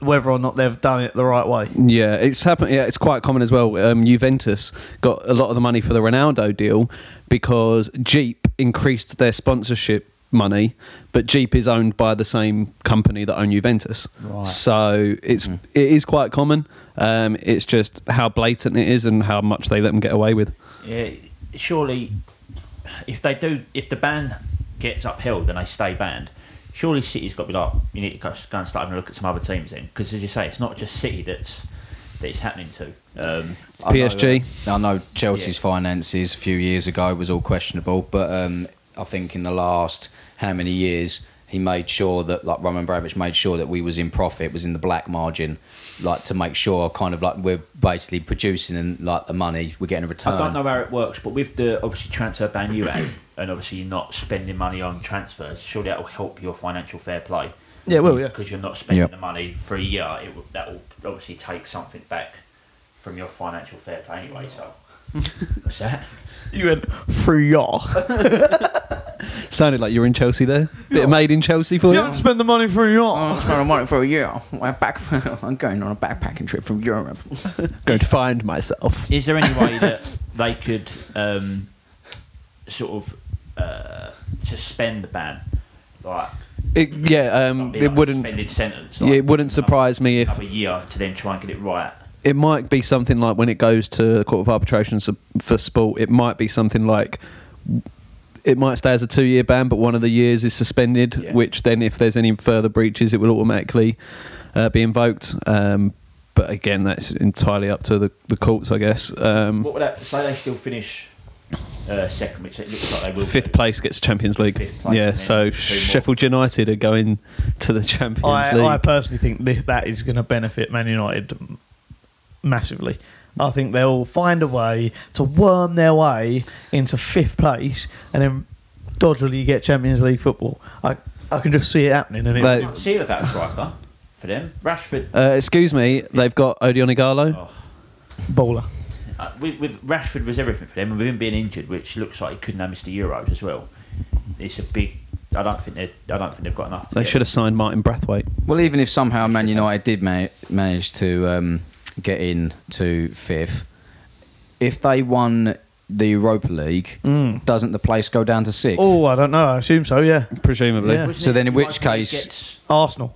Speaker 7: whether or not they've done it the right way.
Speaker 6: Yeah, it's happened. Yeah, it's quite common as well. Um, Juventus got a lot of the money for the Ronaldo deal because Jeep increased their sponsorship money, but Jeep is owned by the same company that own Juventus. So it's it is quite common. Um, it's just how blatant it is and how much they let them get away with.
Speaker 2: Yeah, Uh, surely, if they do, if the ban gets upheld and they stay banned, surely City's got to be like, you need to go go and start having a look at some other teams then, because as you say, it's not just City that's that it's happening to. Um,
Speaker 5: I know
Speaker 6: PSG.
Speaker 5: that- I know Chelsea's finances a few years ago was all questionable, but um, I think in the last how many years he made sure that like Roman Bravich made sure that we was in profit, was in the black margin, like to make sure kind of like we're basically producing and like the money we're getting a return.
Speaker 2: I don't know how it works, but with the obviously transfer ban you had, and obviously you're not spending money on transfers, surely that will help your financial fair play.
Speaker 7: Yeah, it will, yeah.
Speaker 2: Because you're not spending
Speaker 5: Yep.
Speaker 2: the money for a year, it will, that will obviously take something back from your financial fair play anyway. So, what's that?
Speaker 7: You went through your.
Speaker 6: Sounded like you were in Chelsea there. Bit of made in Chelsea for
Speaker 7: You
Speaker 6: you.
Speaker 7: haven't spent the money through your.
Speaker 5: Oh, I'm trying to want it for a year. I'm back. I'm going on a backpacking trip from Europe.
Speaker 6: Going to find myself.
Speaker 2: Is there any way that they could um, sort of uh, suspend the ban? Like,
Speaker 6: It, yeah, um,
Speaker 2: be
Speaker 6: it
Speaker 2: like a
Speaker 6: wouldn't.
Speaker 2: suspended sentence.
Speaker 6: Yeah,
Speaker 2: like,
Speaker 6: it wouldn't surprise me if
Speaker 2: another year to then try and get it right.
Speaker 6: it might be something like when it goes to the court of arbitration s- for sport. It might be something like it might stay as a two-year ban, but one of the years is suspended.
Speaker 2: Yeah.
Speaker 6: Which then, if there's any further breaches, it will automatically uh, be invoked. Um, but again, that's entirely up to the, the courts, I guess. Um,
Speaker 2: What would that say? They still finish uh, second, which it looks like they will.
Speaker 6: fifth
Speaker 2: do.
Speaker 6: place gets Champions League.
Speaker 2: Fifth place,
Speaker 6: yeah,
Speaker 2: and then
Speaker 6: so
Speaker 2: two more.
Speaker 6: Sheffield United are going to the Champions
Speaker 7: I,
Speaker 6: League.
Speaker 7: I personally think this, that is going to benefit Man United massively. I think they'll find a way to worm their way into fifth place and then dodgily get Champions League football. I I can just see it happening. And it,
Speaker 6: They-
Speaker 2: Can't see without a striker for them. Rashford.
Speaker 6: uh, excuse me, they've got Odion Igalo.
Speaker 2: oh,
Speaker 7: baller.
Speaker 2: uh, with, with Rashford was everything for them, and with him being injured, which looks like he couldn't have missed the Euros as well. It's a big. I don't think they. I don't think they've got enough. To
Speaker 6: They
Speaker 2: get-
Speaker 6: should have signed Martin Brathwaite.
Speaker 5: Well, even if somehow Man United did ma- manage to um, get in to fifth, if they won the Europa League,
Speaker 6: Mm.
Speaker 5: doesn't the place go down to sixth?
Speaker 7: Oh, I don't know. I assume so. Yeah,
Speaker 6: Presumably,
Speaker 7: Yeah.
Speaker 5: So then in which
Speaker 2: United
Speaker 5: case-
Speaker 2: gets-
Speaker 7: Arsenal.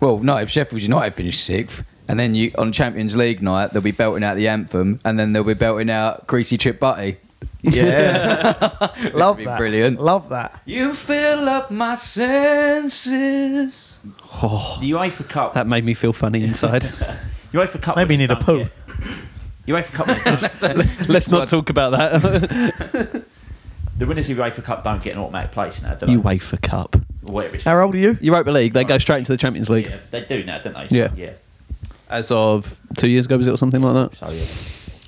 Speaker 5: Well, no, if Sheffield United finish sixth, and then you on Champions League night they'll be belting out the anthem, and then they'll be belting out Greasy Chip Butty.
Speaker 7: Yeah, love
Speaker 5: be
Speaker 7: that.
Speaker 5: brilliant.
Speaker 7: Love that.
Speaker 5: You fill up my senses.
Speaker 6: Oh.
Speaker 2: the UEFA Cup.
Speaker 6: that made me feel funny inside.
Speaker 2: UEFA Cup.
Speaker 7: Maybe you need a
Speaker 2: don't
Speaker 7: poo.
Speaker 2: get- UEFA Cup.
Speaker 6: Let's not talk about that.
Speaker 2: the winners of UEFA Cup don't get an automatic place now. Do they?
Speaker 6: UEFA Cup.
Speaker 2: Whatever it's-
Speaker 7: How old are you?
Speaker 6: Europa League, they go straight into the Champions League.
Speaker 2: Yeah, they do now, don't they?
Speaker 6: Yeah.
Speaker 2: yeah.
Speaker 6: As of two years ago, was it or something like that?
Speaker 2: So yeah,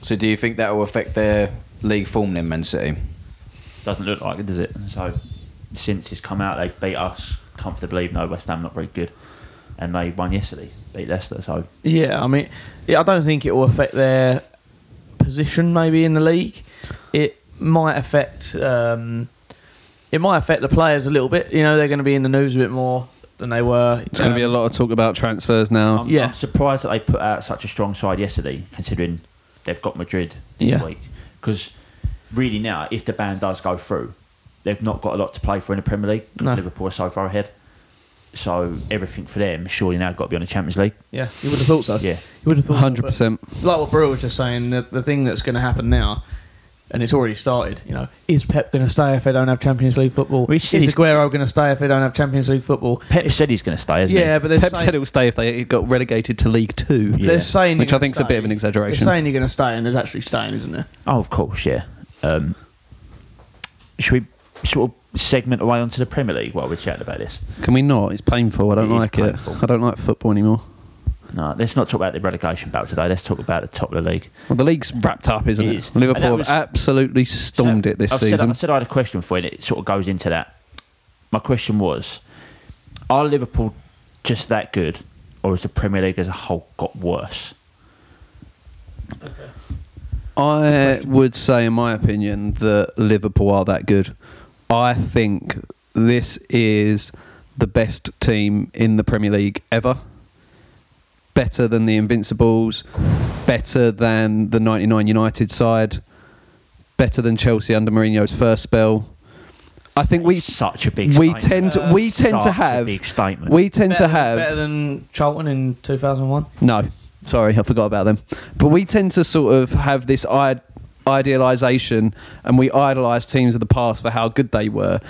Speaker 5: So do you think that will affect their league form then, Man City?
Speaker 2: doesn't look like it, does it? So since he's come out, they beat us comfortably. No, West Ham not very good, and they won yesterday. Beat Leicester. So
Speaker 7: Yeah, I mean, yeah, I don't think it will affect their position maybe in the league. It might affect um, it might affect the players a little bit. You know, they're going to be in the news a bit more than they were. Um,
Speaker 6: It's going to be
Speaker 2: Um,
Speaker 6: a lot of talk about transfers now.
Speaker 2: I'm,
Speaker 7: Yeah.
Speaker 2: I'm surprised that they put out such a strong side yesterday, considering they've got Madrid this
Speaker 7: Yeah.
Speaker 2: week. Because really now, if the ban does go through, they've not got a lot to play for in the Premier League. 'cause
Speaker 7: No.
Speaker 2: Liverpool are so far ahead. So everything for them surely now got to be on the Champions League.
Speaker 7: Yeah, you would have thought so.
Speaker 2: Yeah.
Speaker 7: you would have thought. so,
Speaker 6: Hundred percent.
Speaker 7: but Like what Brewer was just saying, the, the thing that's going to happen now. And it's already started. You know, is Pep going to stay if they don't have Champions League football?
Speaker 2: Well, he
Speaker 7: Is
Speaker 2: said he's-
Speaker 7: Aguero going to stay if they don't have Champions League football?
Speaker 2: Pep said he's going to stay, hasn't
Speaker 7: Yeah,
Speaker 2: he?
Speaker 7: but they're
Speaker 6: Pep
Speaker 7: saying-
Speaker 6: said it will stay if they got relegated to League Two.
Speaker 7: They're saying
Speaker 6: which
Speaker 7: you're
Speaker 6: I think's a
Speaker 7: gonna
Speaker 6: bit of an
Speaker 7: stay.
Speaker 6: exaggeration.
Speaker 7: They're saying you're going to stay, and there's actually staying, isn't there?
Speaker 2: Oh, of course, yeah. Um, should we sort of segment away onto the Premier League while we're chatting about this?
Speaker 6: Can we not? It's painful. I don't
Speaker 2: It is
Speaker 6: like it.
Speaker 2: painful.
Speaker 6: I don't like football anymore.
Speaker 2: No, let's not talk about the relegation battle today. Let's talk about the top of the league.
Speaker 6: Well, the league's wrapped up, isn't
Speaker 2: It
Speaker 6: it?
Speaker 2: is. And that
Speaker 6: Liverpool
Speaker 2: was-
Speaker 6: have absolutely stormed
Speaker 2: So,
Speaker 6: it this
Speaker 2: I've said-
Speaker 6: season.
Speaker 2: I said I had a question for you, and it sort of goes into that. My question was: Are Liverpool just that good, or has the Premier League as a whole got worse?
Speaker 6: I would say, in my opinion, that Liverpool are that good. I think this is the best team in the Premier League ever. Better than the Invincibles, better than the 99 United side, better than Chelsea under Mourinho's first spell. I think we
Speaker 2: such a big.
Speaker 6: we
Speaker 2: statement. Uh,
Speaker 6: tend to, we tend to
Speaker 2: Such a
Speaker 6: have
Speaker 2: big statement.
Speaker 6: we tend
Speaker 7: better,
Speaker 6: to have
Speaker 7: better than Charlton in 2001.
Speaker 6: no, sorry, I forgot about them. But we tend to sort of have this I- idealization and we idolize teams of the past for how good they were.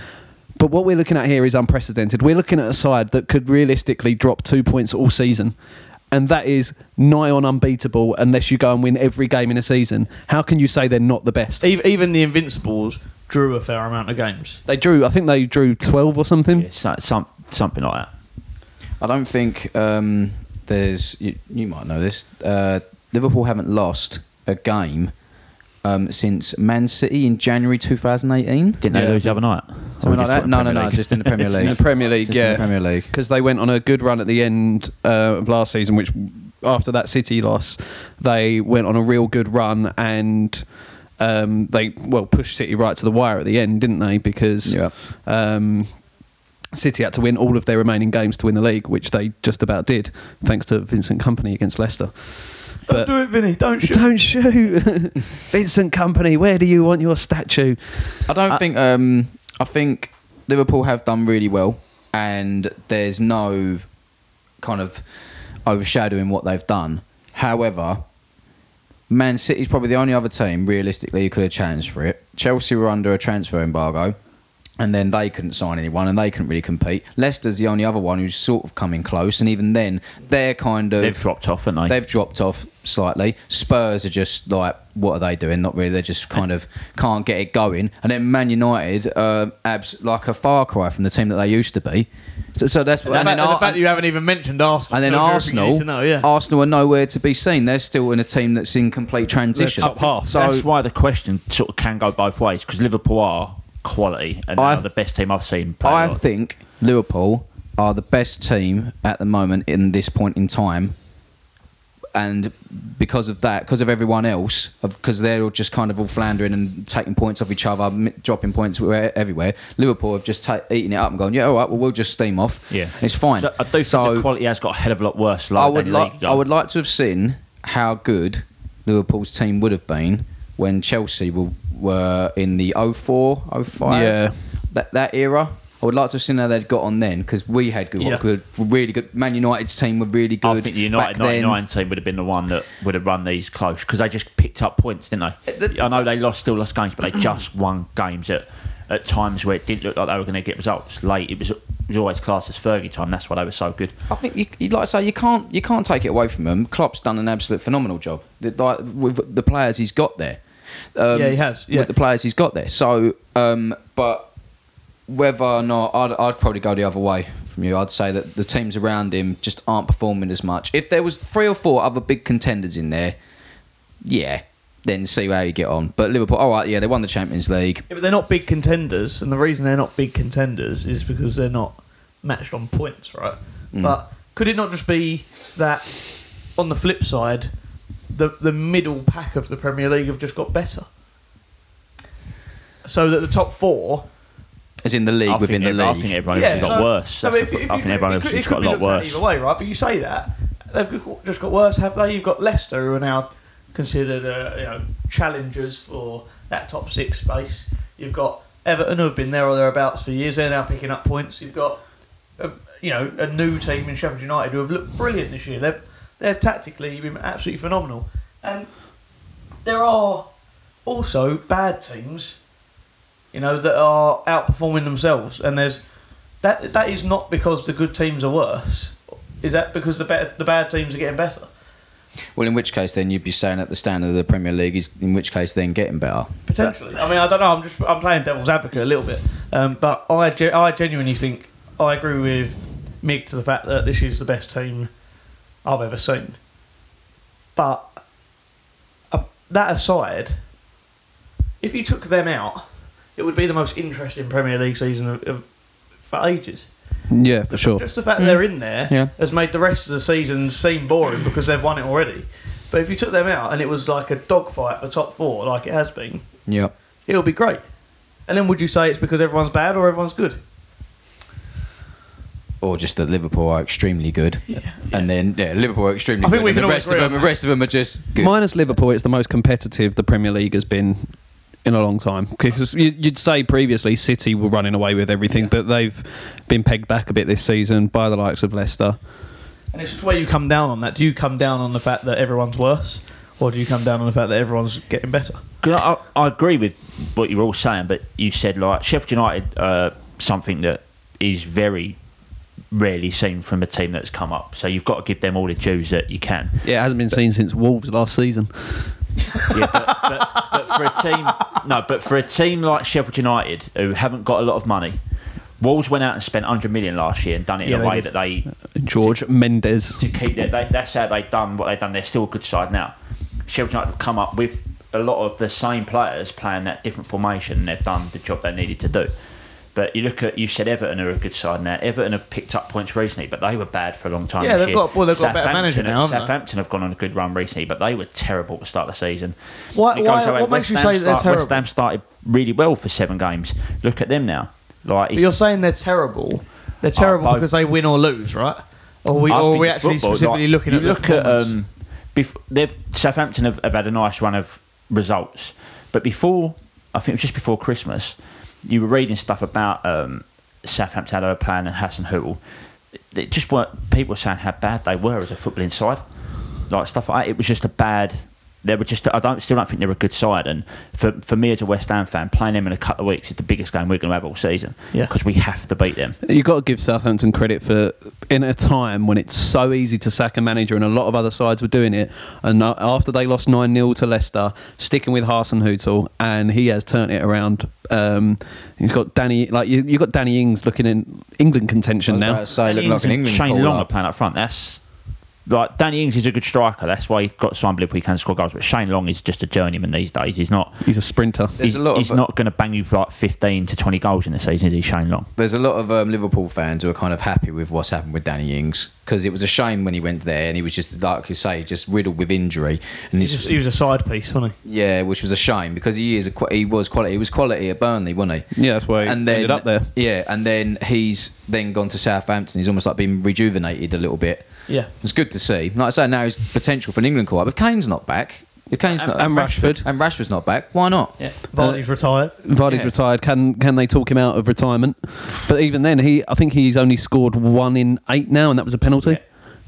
Speaker 6: But what we're looking at here is unprecedented. We're looking at a side that could realistically drop two points all season. And that is nigh on unbeatable unless you go and win every game in a season. How can you say they're not the best?
Speaker 7: Ev- Even the Invincibles drew a fair amount of games.
Speaker 6: They drew, I think they drew 12 or
Speaker 5: Hmm.
Speaker 6: something.
Speaker 2: Yeah, so- some, something like that.
Speaker 5: I don't think um, there's. You, you might know this. Uh, Liverpool haven't lost a game um, since Man City in January 2018.
Speaker 2: Didn't they
Speaker 6: Yeah.
Speaker 2: lose the other night? Or
Speaker 5: Something like
Speaker 2: just
Speaker 5: that.
Speaker 2: in
Speaker 5: No, no,
Speaker 2: Premier
Speaker 5: no.
Speaker 2: League?
Speaker 5: Just in the Premier League.
Speaker 6: In the Premier League,
Speaker 5: Just in
Speaker 6: yeah.
Speaker 5: the Premier League.
Speaker 6: Because they went on a good run at the end uh, of last season, which after that City loss, they went on a real good run and um, they, well, pushed City right to the wire at the end, didn't they? Because
Speaker 5: Yeah.
Speaker 6: um, City had to win all of their remaining games to win the league, which they just about did, thanks to Vincent Company against Leicester. But
Speaker 7: do it, Vinny. Don't shoot.
Speaker 6: don't shoot. Vincent Company, where do you want your statue?
Speaker 5: I don't think. Um, I think Liverpool have done really well, and there's no kind of overshadowing what they've done. However, Man City's probably the only other team realistically who could have challenged for it. Chelsea were under a transfer embargo, and then they couldn't sign anyone, and they couldn't really compete. Leicester's the only other one who's sort of coming close, and even then, they're kind of
Speaker 2: They've dropped off, haven't they?
Speaker 5: They've dropped off slightly. Spurs are just like, what are they doing? Not really. They just kind of can't get it going. And then Man United, uh, abs- like a far cry from the team that they used to be. So, so that's
Speaker 7: And,
Speaker 5: and, then
Speaker 7: the
Speaker 5: Ar-
Speaker 7: fact that you haven't even mentioned Arsenal.
Speaker 5: and then
Speaker 7: tells you everything you
Speaker 5: Arsenal,
Speaker 7: need to know, yeah.
Speaker 5: Arsenal are nowhere to be seen. They're still in a team that's in complete transition.
Speaker 6: top half.
Speaker 5: So
Speaker 2: That's why the question sort of can go both ways because Liverpool are quality and
Speaker 5: I-
Speaker 2: they are the best team I've seen. Play
Speaker 5: I
Speaker 2: a lot.
Speaker 5: think Liverpool are the best team at the moment in this point in time. And because of that, because of everyone else, because they're all just kind of all floundering and taking points off each other, m- dropping points where- everywhere. Liverpool have just ta- eaten it up and gone, yeah, all right, well, we'll just steam off.
Speaker 2: Yeah,
Speaker 5: It's fine.
Speaker 2: So I do think
Speaker 5: So-
Speaker 2: the quality has got a hell of a lot worse. Like
Speaker 5: I would
Speaker 2: than
Speaker 5: like
Speaker 2: league
Speaker 5: I would
Speaker 2: goal.
Speaker 5: like to have seen how good Liverpool's team would have been when Chelsea were, were in the 04, 05,
Speaker 6: Yeah.
Speaker 5: that, that era. I would like to have seen how they'd got on then because we had good,
Speaker 7: Yeah.
Speaker 5: good, really good. Man United's team were really good.
Speaker 2: I think the
Speaker 5: back
Speaker 2: United
Speaker 5: then.
Speaker 2: 99 team would have been the one that would have run these close because they just picked up points, didn't they? I know they lost, still lost games, but they just won games at, at times where it didn't look like they were going to get results. Late, it was was always classed as Fergie time. That's why they were so good.
Speaker 5: I think you, you like I say you can't you can't take it away from him. Klopp's done an absolute phenomenal job. The- Like with the players he's got there. Um,
Speaker 7: Yeah, he has, yeah.
Speaker 5: With the players he's got there. So, um, but whether or not I'd, I'd probably go the other way from you. I'd say that the teams around him just aren't performing as much. If there was three or four other big contenders in there, yeah, then see how you get on. But Liverpool, all right, yeah, they won the Champions League.
Speaker 7: Yeah, but they're not big contenders, and the reason they're not big contenders is because they're not matched on points, right?
Speaker 5: Hmm.
Speaker 7: But could it not just be that on the flip side, the the middle pack of the Premier League have just got better, so that the top four
Speaker 5: As in the league
Speaker 2: I
Speaker 5: within
Speaker 2: think,
Speaker 5: the
Speaker 2: ev-
Speaker 5: league.
Speaker 2: I think everyone else has got
Speaker 7: so-
Speaker 2: worse.
Speaker 7: I,
Speaker 2: That's
Speaker 7: mean,
Speaker 2: the
Speaker 7: if-
Speaker 2: pro-
Speaker 7: if
Speaker 2: I
Speaker 7: you-
Speaker 2: think everyone
Speaker 7: it could-
Speaker 2: else
Speaker 7: it
Speaker 2: has
Speaker 7: could
Speaker 2: got
Speaker 7: be
Speaker 2: a lot
Speaker 7: looked at
Speaker 2: worse.
Speaker 7: Either way, right? But you say that they've g- just got worse, have they? You've got Leicester who are now considered uh, you know challengers for that top six space. You've got Everton who have been there or thereabouts for years. They're now picking up points. You've got a, you know a new team in Sheffield United who have looked brilliant this year. They're they're tactically been absolutely phenomenal, and there are also bad teams you know, that are outperforming themselves. And there's that. That is not because the good teams are worse. Is that because the better, the bad teams are getting better?
Speaker 5: Well, in which case, then you'd be saying that the standard of the Premier League is, in which case, then getting better.
Speaker 7: Potentially. I mean, I don't know. I'm just I'm playing devil's advocate a little bit, um, but I ge- I genuinely think I agree with Mig to the fact that this is the best team I've ever seen. But uh, that aside, if you took them out, it would be the most interesting Premier League season of, of, for ages.
Speaker 6: Yeah, for sure.
Speaker 7: Just the fact that they're in there
Speaker 5: Yeah.
Speaker 7: has made the rest of the season seem boring because they've won it already. But if you took them out and it was like a dogfight for top four, like it has been,
Speaker 5: Yeah.
Speaker 7: it would be great. And then would you say it's because everyone's bad or everyone's good?
Speaker 5: Or just that Liverpool are extremely good, and then yeah, Liverpool are extremely
Speaker 7: I
Speaker 5: good.
Speaker 7: think we
Speaker 5: and
Speaker 7: can
Speaker 5: the
Speaker 7: all
Speaker 5: rest of
Speaker 7: agree on
Speaker 5: them, the rest of them are just good.
Speaker 6: Minus Liverpool, it's the most competitive the Premier League has been in a long time. Because you- you'd say previously City were running away with everything, but they've been pegged back a bit this season by the likes of Leicester.
Speaker 7: And it's just where you come down on that. Do you come down on the fact that everyone's worse, or do you come down on the fact that everyone's getting better?
Speaker 2: 'Cause I, I agree with what you're all saying, but you said like Sheffield United, uh, something that is very rarely seen from a team that's come up. So you've got to give them all the dues that you can.
Speaker 6: Yeah, it hasn't been seen since Wolves last season.
Speaker 2: Yeah, but, but, but for a team, no, but for a team like Sheffield United who haven't got a lot of money, Wolves went out and spent 100 million last year and done it in
Speaker 7: Yeah,
Speaker 2: a
Speaker 7: they
Speaker 2: way
Speaker 7: did.
Speaker 2: that they
Speaker 6: George Mendes.
Speaker 2: to keep their. They, that's how they've done what they've done. They're still a good side now. Sheffield United have come up with a lot of the same players playing that different formation. and They've done the job they needed to do. But you look at you said Everton are a good side now. Everton have picked up points recently, but they were bad for a long time.
Speaker 7: Yeah,
Speaker 2: this
Speaker 7: they've
Speaker 2: year.
Speaker 7: got- well, they've got a better manager
Speaker 2: Southampton-
Speaker 7: now, haven't they?
Speaker 2: Southampton have gone on a good run recently, but they were terrible to start the season.
Speaker 7: Why-
Speaker 2: And it
Speaker 7: why-
Speaker 2: goes away.
Speaker 7: what
Speaker 2: West
Speaker 7: makes you
Speaker 2: Ham
Speaker 7: say that they're
Speaker 2: start- West
Speaker 7: terrible?
Speaker 2: Ham started really well for seven games. Look at them now. Like
Speaker 7: But you're saying they're terrible. They're terrible
Speaker 2: Uh, both.
Speaker 7: because they win or lose, right? Or we,
Speaker 2: I
Speaker 7: or
Speaker 2: think
Speaker 7: we
Speaker 2: it's
Speaker 7: actually
Speaker 2: football,
Speaker 7: specifically
Speaker 2: like,
Speaker 7: looking
Speaker 2: you
Speaker 7: at the
Speaker 2: look at
Speaker 7: performance?
Speaker 2: um, bef- they've Southampton have, have had a nice run of results, but before I think it was just before Christmas, you were reading stuff about um, Southampton had a plan and Hassan Hootle. It- It just weren't people were saying how bad they were as a footballing side, like stuff like that. It was just a bad. They were just. I don't still don't think they're a good side. And for for me as a West Ham fan, playing them in a couple of weeks is the biggest game we're going to have all season.
Speaker 7: Yeah.
Speaker 2: because we have to beat them.
Speaker 6: You've got to give Southampton credit for in a time when it's so easy to sack a manager and a lot of other sides were doing it. And a- after they lost 9 0 to Leicester, sticking with Harson Hootel, and he has turned it around. Um, he's got Danny, like you, you've got Danny Ings looking in England
Speaker 5: I
Speaker 6: contention
Speaker 5: was about
Speaker 6: now.
Speaker 5: to say, looking like an
Speaker 2: Ings and
Speaker 5: England
Speaker 2: Shane
Speaker 5: call
Speaker 2: Long are
Speaker 5: up.
Speaker 2: playing up front. That's like Danny Ings is a good striker. That's why he's got some belief he can score goals. But Shane Long is just a journeyman these days. He's not.
Speaker 6: He's a sprinter.
Speaker 5: There's
Speaker 2: He's,
Speaker 5: a lot of-
Speaker 2: he's not going to bang you for like 15 to 20 goals in the season, is he, Shane Long?
Speaker 5: There's a lot of um, Liverpool fans who are kind of happy with what's happened with Danny Ings because it was a shame when he went there and he was just like you say, just riddled with injury and
Speaker 7: He's
Speaker 5: his
Speaker 7: just- he was a side piece, wasn't he?
Speaker 5: Yeah, which was a shame because he is a qu- he was quality. He was quality at Burnley, wasn't he?
Speaker 6: Yeah, that's why he ended up there.
Speaker 5: Yeah, and then he's then gone to Southampton. He's almost like been rejuvenated a little bit.
Speaker 7: Yeah.
Speaker 5: It's good to see. Like I say, now his potential for an England call up. If Kane's not back, if Kane's not
Speaker 6: and Rashford.
Speaker 5: and Rashford's not back, why not?
Speaker 2: Yeah.
Speaker 7: Vardy's retired.
Speaker 6: Vardy's
Speaker 5: Yeah.
Speaker 6: retired. Can can they talk him out of retirement? But even then, he I think he's only scored one in eight now, and that was a penalty.
Speaker 2: Yeah.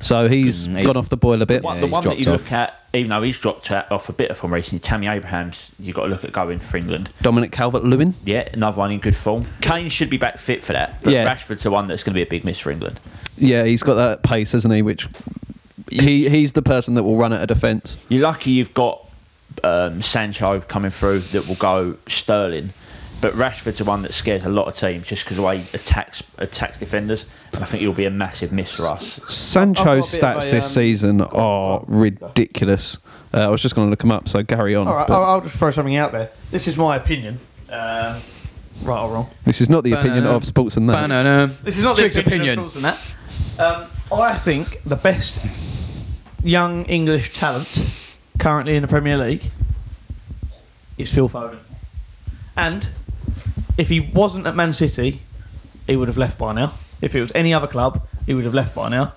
Speaker 6: So he's
Speaker 5: Mm, he's-
Speaker 6: gone off the boil a bit.
Speaker 2: One-
Speaker 5: Yeah,
Speaker 2: the
Speaker 5: he's
Speaker 2: one that
Speaker 5: dropped
Speaker 2: you
Speaker 5: off.
Speaker 2: look at, even though he's dropped out off a bit of form recently, Tammy Abraham's, you've got to look at going for England.
Speaker 6: Dominic Calvert Lewin.
Speaker 2: Yeah, another one in good form. Kane should be back fit for that, but
Speaker 6: Yeah.
Speaker 2: Rashford's the one that's going to be a big miss for England.
Speaker 6: Yeah, he's got that pace, hasn't he? Which he he's the person that will run at a defence.
Speaker 2: You're lucky you've got um, Sancho coming through that will go Sterling, but Rashford's the one that scares a lot of teams just because the way he attacks attacks defenders. And I think he'll be a massive miss for us.
Speaker 6: Sancho's
Speaker 7: I've got a bit of
Speaker 6: stats
Speaker 7: a,
Speaker 6: this
Speaker 7: um,
Speaker 6: season are ridiculous. Uh, I was just going to look them up, so carry on.
Speaker 7: All right,
Speaker 6: but
Speaker 7: I'll, I'll just throw something out there. This is my opinion, um, right or wrong.
Speaker 6: this is not the opinion of Sports and that.
Speaker 5: Banana.
Speaker 7: This is not
Speaker 5: Trick's
Speaker 7: the opinion.
Speaker 5: opinion.
Speaker 7: of Schultz and that. Um, I think the best young English talent currently in the Premier League is Phil Foden. And if he wasn't at Man City, he would have left by now. If it was any other club, he would have left by now.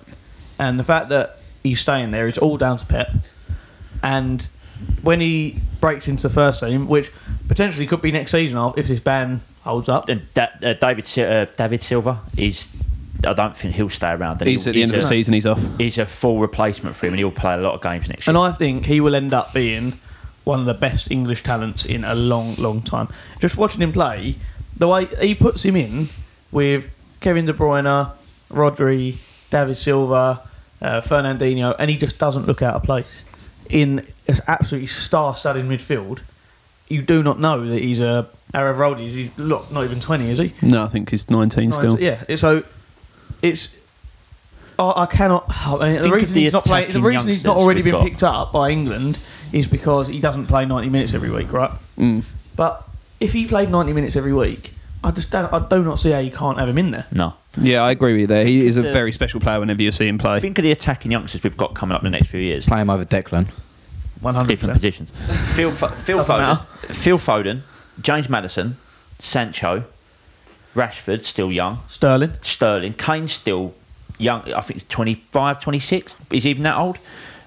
Speaker 7: And the fact that he's staying there is all down to Pep. And when he breaks into the first team, which potentially could be next season if this ban holds up,
Speaker 2: And da- uh, David Si- uh, David Silva is. I don't think he'll stay around. And
Speaker 6: He's
Speaker 2: he'll-
Speaker 6: at the end of the
Speaker 2: a-
Speaker 6: season. He's off.
Speaker 2: He's a full replacement for him, and he'll play a lot of games next year.
Speaker 7: And I think he will end up being one of the best English talents in a long, long time. Just watching him play, the way he puts him in with Kevin De Bruyne, Rodri, David Silva, uh, Fernandinho, and he just doesn't look out of place. In an absolutely star-studded midfield, you do not know that he's a however old he is. He's look, not even twenty, is he?
Speaker 6: No, I think he's 19 still.
Speaker 7: Nineteen- Yeah. So it's. I, I cannot. I mean, the
Speaker 2: Think of
Speaker 7: reason
Speaker 2: the
Speaker 7: he's not playing. The
Speaker 2: attacking
Speaker 7: reason he's not
Speaker 2: youngsters
Speaker 7: already
Speaker 2: we've
Speaker 7: been
Speaker 2: got.
Speaker 7: picked up by England is because he doesn't play ninety minutes every week, right?
Speaker 6: Mm.
Speaker 7: But if he played ninety minutes every week, I just don't. I do not see how you can't have him in there.
Speaker 2: no.
Speaker 6: Yeah, I agree with you there. He is a
Speaker 2: The-
Speaker 6: very special player whenever you see him play.
Speaker 2: Think of the attacking youngsters we've got coming up in the next few years.
Speaker 5: Play him over Declan.
Speaker 7: One hundred
Speaker 2: different
Speaker 7: percent.
Speaker 2: positions. Phil, Fo- Phil
Speaker 7: Doesn't
Speaker 2: Foden,
Speaker 7: matter.
Speaker 2: Phil Foden, James Madison, Sancho, Rashford still young,
Speaker 7: Sterling.
Speaker 2: Sterling, Kane still young. I think he's 25, 26. He's even that old.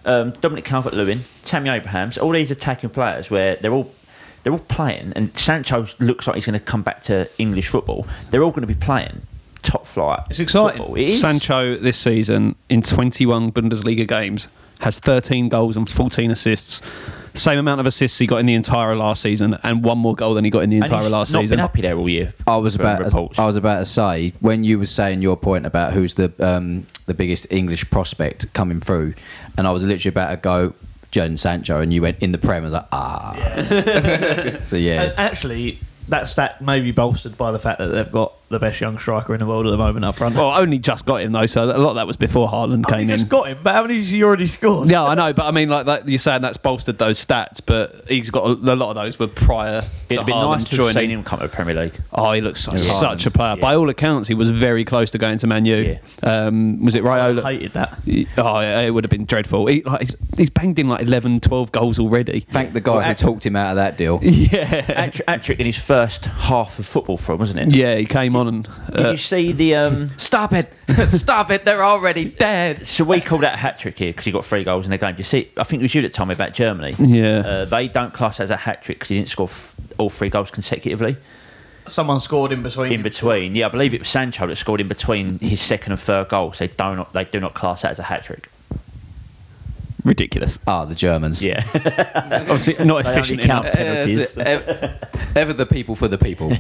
Speaker 2: Um, Dominic Calvert-Lewin, Tammy Abraham's, all these attacking players where they're all they're all playing, and Sancho looks like he's going to come back to English football. They're all going to be playing top flight.
Speaker 7: It's exciting.
Speaker 2: football. It is.
Speaker 6: Sancho this season in 21 Bundesliga games has 13 goals and 14 assists. Same amount of assists he got in the entire last season, and one more goal than he got in the
Speaker 2: And
Speaker 6: entire
Speaker 2: he's
Speaker 6: last
Speaker 2: not
Speaker 6: season.
Speaker 2: Been happy there all year.
Speaker 5: I was
Speaker 2: from
Speaker 5: about
Speaker 2: reports.
Speaker 5: I was about to say when you were saying your point about who's the um, the biggest English prospect coming through, and I was literally about to go Jadon Sancho, and you went in the Prem. I was like, ah. so
Speaker 7: And
Speaker 5: yeah,
Speaker 7: actually, that stat may be bolstered by the fact that they've got the best young striker in the world at the moment up front.
Speaker 6: Well, I only just got him though, so a lot of that was before
Speaker 2: Oh,
Speaker 6: Haaland
Speaker 7: I mean,
Speaker 6: came
Speaker 7: you
Speaker 6: in.
Speaker 7: just got him, but how many has he already scored?
Speaker 6: yeah, I know, but I mean, like that, you're saying that's bolstered those stats, but he's got a, a lot of those were prior. to
Speaker 2: It'd be
Speaker 6: Haaland
Speaker 2: nice to have
Speaker 6: joining.
Speaker 2: seen him come to the Premier League.
Speaker 6: Oh, he looks like
Speaker 5: Yeah.
Speaker 6: such a player.
Speaker 2: Yeah.
Speaker 6: By all accounts, he was very close to going to Man U. Um, was it
Speaker 7: I
Speaker 6: Raiola?
Speaker 7: hated that.
Speaker 6: Oh, yeah, it would have been dreadful. He, like, he's, he's banged in like 11, 12 goals already.
Speaker 5: thank the guy who
Speaker 2: act-
Speaker 5: talked him out of that deal.
Speaker 6: Yeah.
Speaker 2: Atri- Attrick in his first half of football for him, wasn't it?
Speaker 6: Yeah, he came on and.
Speaker 2: Did
Speaker 6: uh,
Speaker 2: you see the? Um,
Speaker 5: Stop it! Stop it! They're already dead.
Speaker 2: so we call that a hat trick here because he got three goals in the game. Do you see? I think it was you that told me about Germany.
Speaker 6: Yeah.
Speaker 2: uh, they don't class as a hat trick because he didn't score f- all three goals consecutively.
Speaker 7: Someone scored in between.
Speaker 2: In between, yeah, I believe it was Sancho that scored in between his second and third goal. So they do not, they do not class that as a hat trick.
Speaker 6: ridiculous.
Speaker 5: Ah, the Germans.
Speaker 2: Yeah,
Speaker 6: Obviously, not
Speaker 2: they only
Speaker 6: efficient
Speaker 2: count
Speaker 6: enough.
Speaker 2: penalties.
Speaker 5: Ev- ever the people for the people.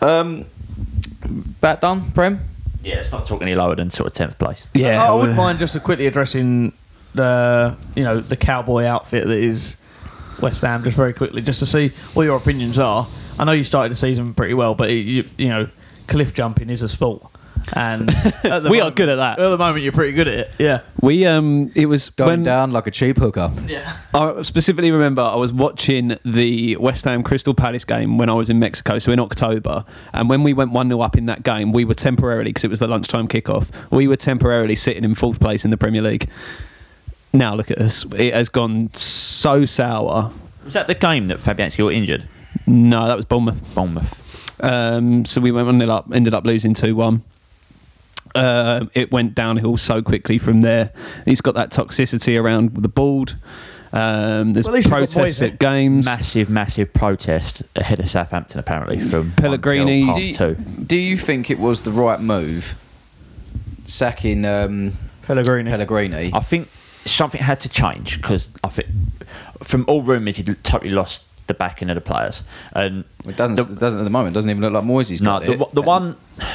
Speaker 5: um, about done, Prem.
Speaker 2: yeah, it's not talking any lower than sort of tenth place.
Speaker 6: Yeah.
Speaker 7: I, I wouldn't mind just quickly addressing the you know the cowboy outfit that is West Ham just very quickly, just to see what your opinions are. I know you started the season pretty well, but it, you, you know cliff jumping is a sport, and at the
Speaker 6: We are good at that.
Speaker 7: At the moment, you're pretty good at it. Yeah,
Speaker 6: We, um, it was
Speaker 5: Going
Speaker 6: when
Speaker 5: down like a cheap hooker.
Speaker 7: yeah.
Speaker 6: I specifically remember I was watching the West Ham Crystal Palace game when I was in Mexico, so in October. And when we went 1 0 up in that game, we were temporarily, because it was the lunchtime kickoff, we were temporarily sitting in fourth place in the Premier League. Now look at us. It has gone so sour.
Speaker 2: Was that the game that Fabianski got injured?
Speaker 6: No, that was Bournemouth.
Speaker 2: Bournemouth.
Speaker 6: Um, so we went one nil up, ended up losing two one. Uh, Um, it went downhill so quickly from there. He's got that toxicity around the board. Um, there's
Speaker 7: Well, at least we've got
Speaker 6: protests
Speaker 7: Moyes, eh?
Speaker 6: at games.
Speaker 2: Massive, massive protest ahead of Southampton apparently from
Speaker 6: Pellegrini-
Speaker 2: half
Speaker 5: Do
Speaker 2: two.
Speaker 5: you, do you think it was the right move sacking um,
Speaker 7: Pellegrini.
Speaker 5: Pellegrini?
Speaker 2: I think something had to change because I think from all rumours he totally lost the backing of the players and
Speaker 5: It doesn't,
Speaker 2: the-
Speaker 5: it doesn't at the moment. It doesn't even look like Moyes
Speaker 2: No,
Speaker 5: got
Speaker 2: the,
Speaker 5: it. Um,
Speaker 2: one- the one